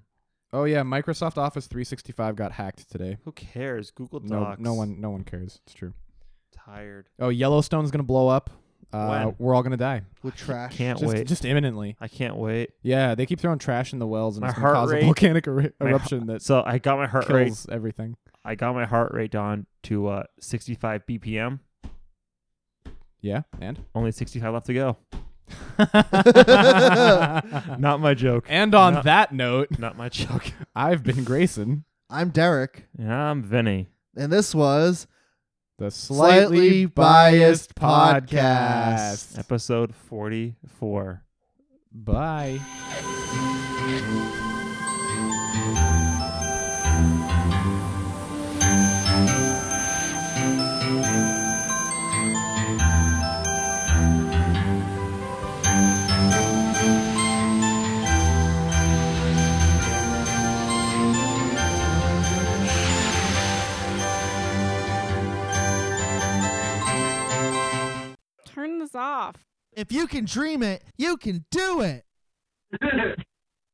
Oh yeah, Microsoft Office 365 got hacked today. Who cares? Google No, Docs. no one, no one cares. It's true. [LAUGHS] Tired. Oh, Yellowstone's gonna blow up. Uh, When? we're all gonna die. With trash. Can't Just, wait. just imminently. I can't wait. Yeah, they keep throwing trash in the wells, and My it's gonna heart cause rate- a volcanic er- my eruption that So I got my [LAUGHS] heart rate. kills everything. I got my heart rate down to uh, 65 BPM. Yeah, and [LAUGHS] [LAUGHS] Only 65 left to go. Not my joke. Uh. and on No. that note, Not my joke. [LAUGHS] I've been Grayson, I'm Derek, Yeah, I'm Vinny. and this was the Slightly slightly Biased biased Podcast. podcast. Episode 44. Bye. Turn this off. If you can dream it, you can do it.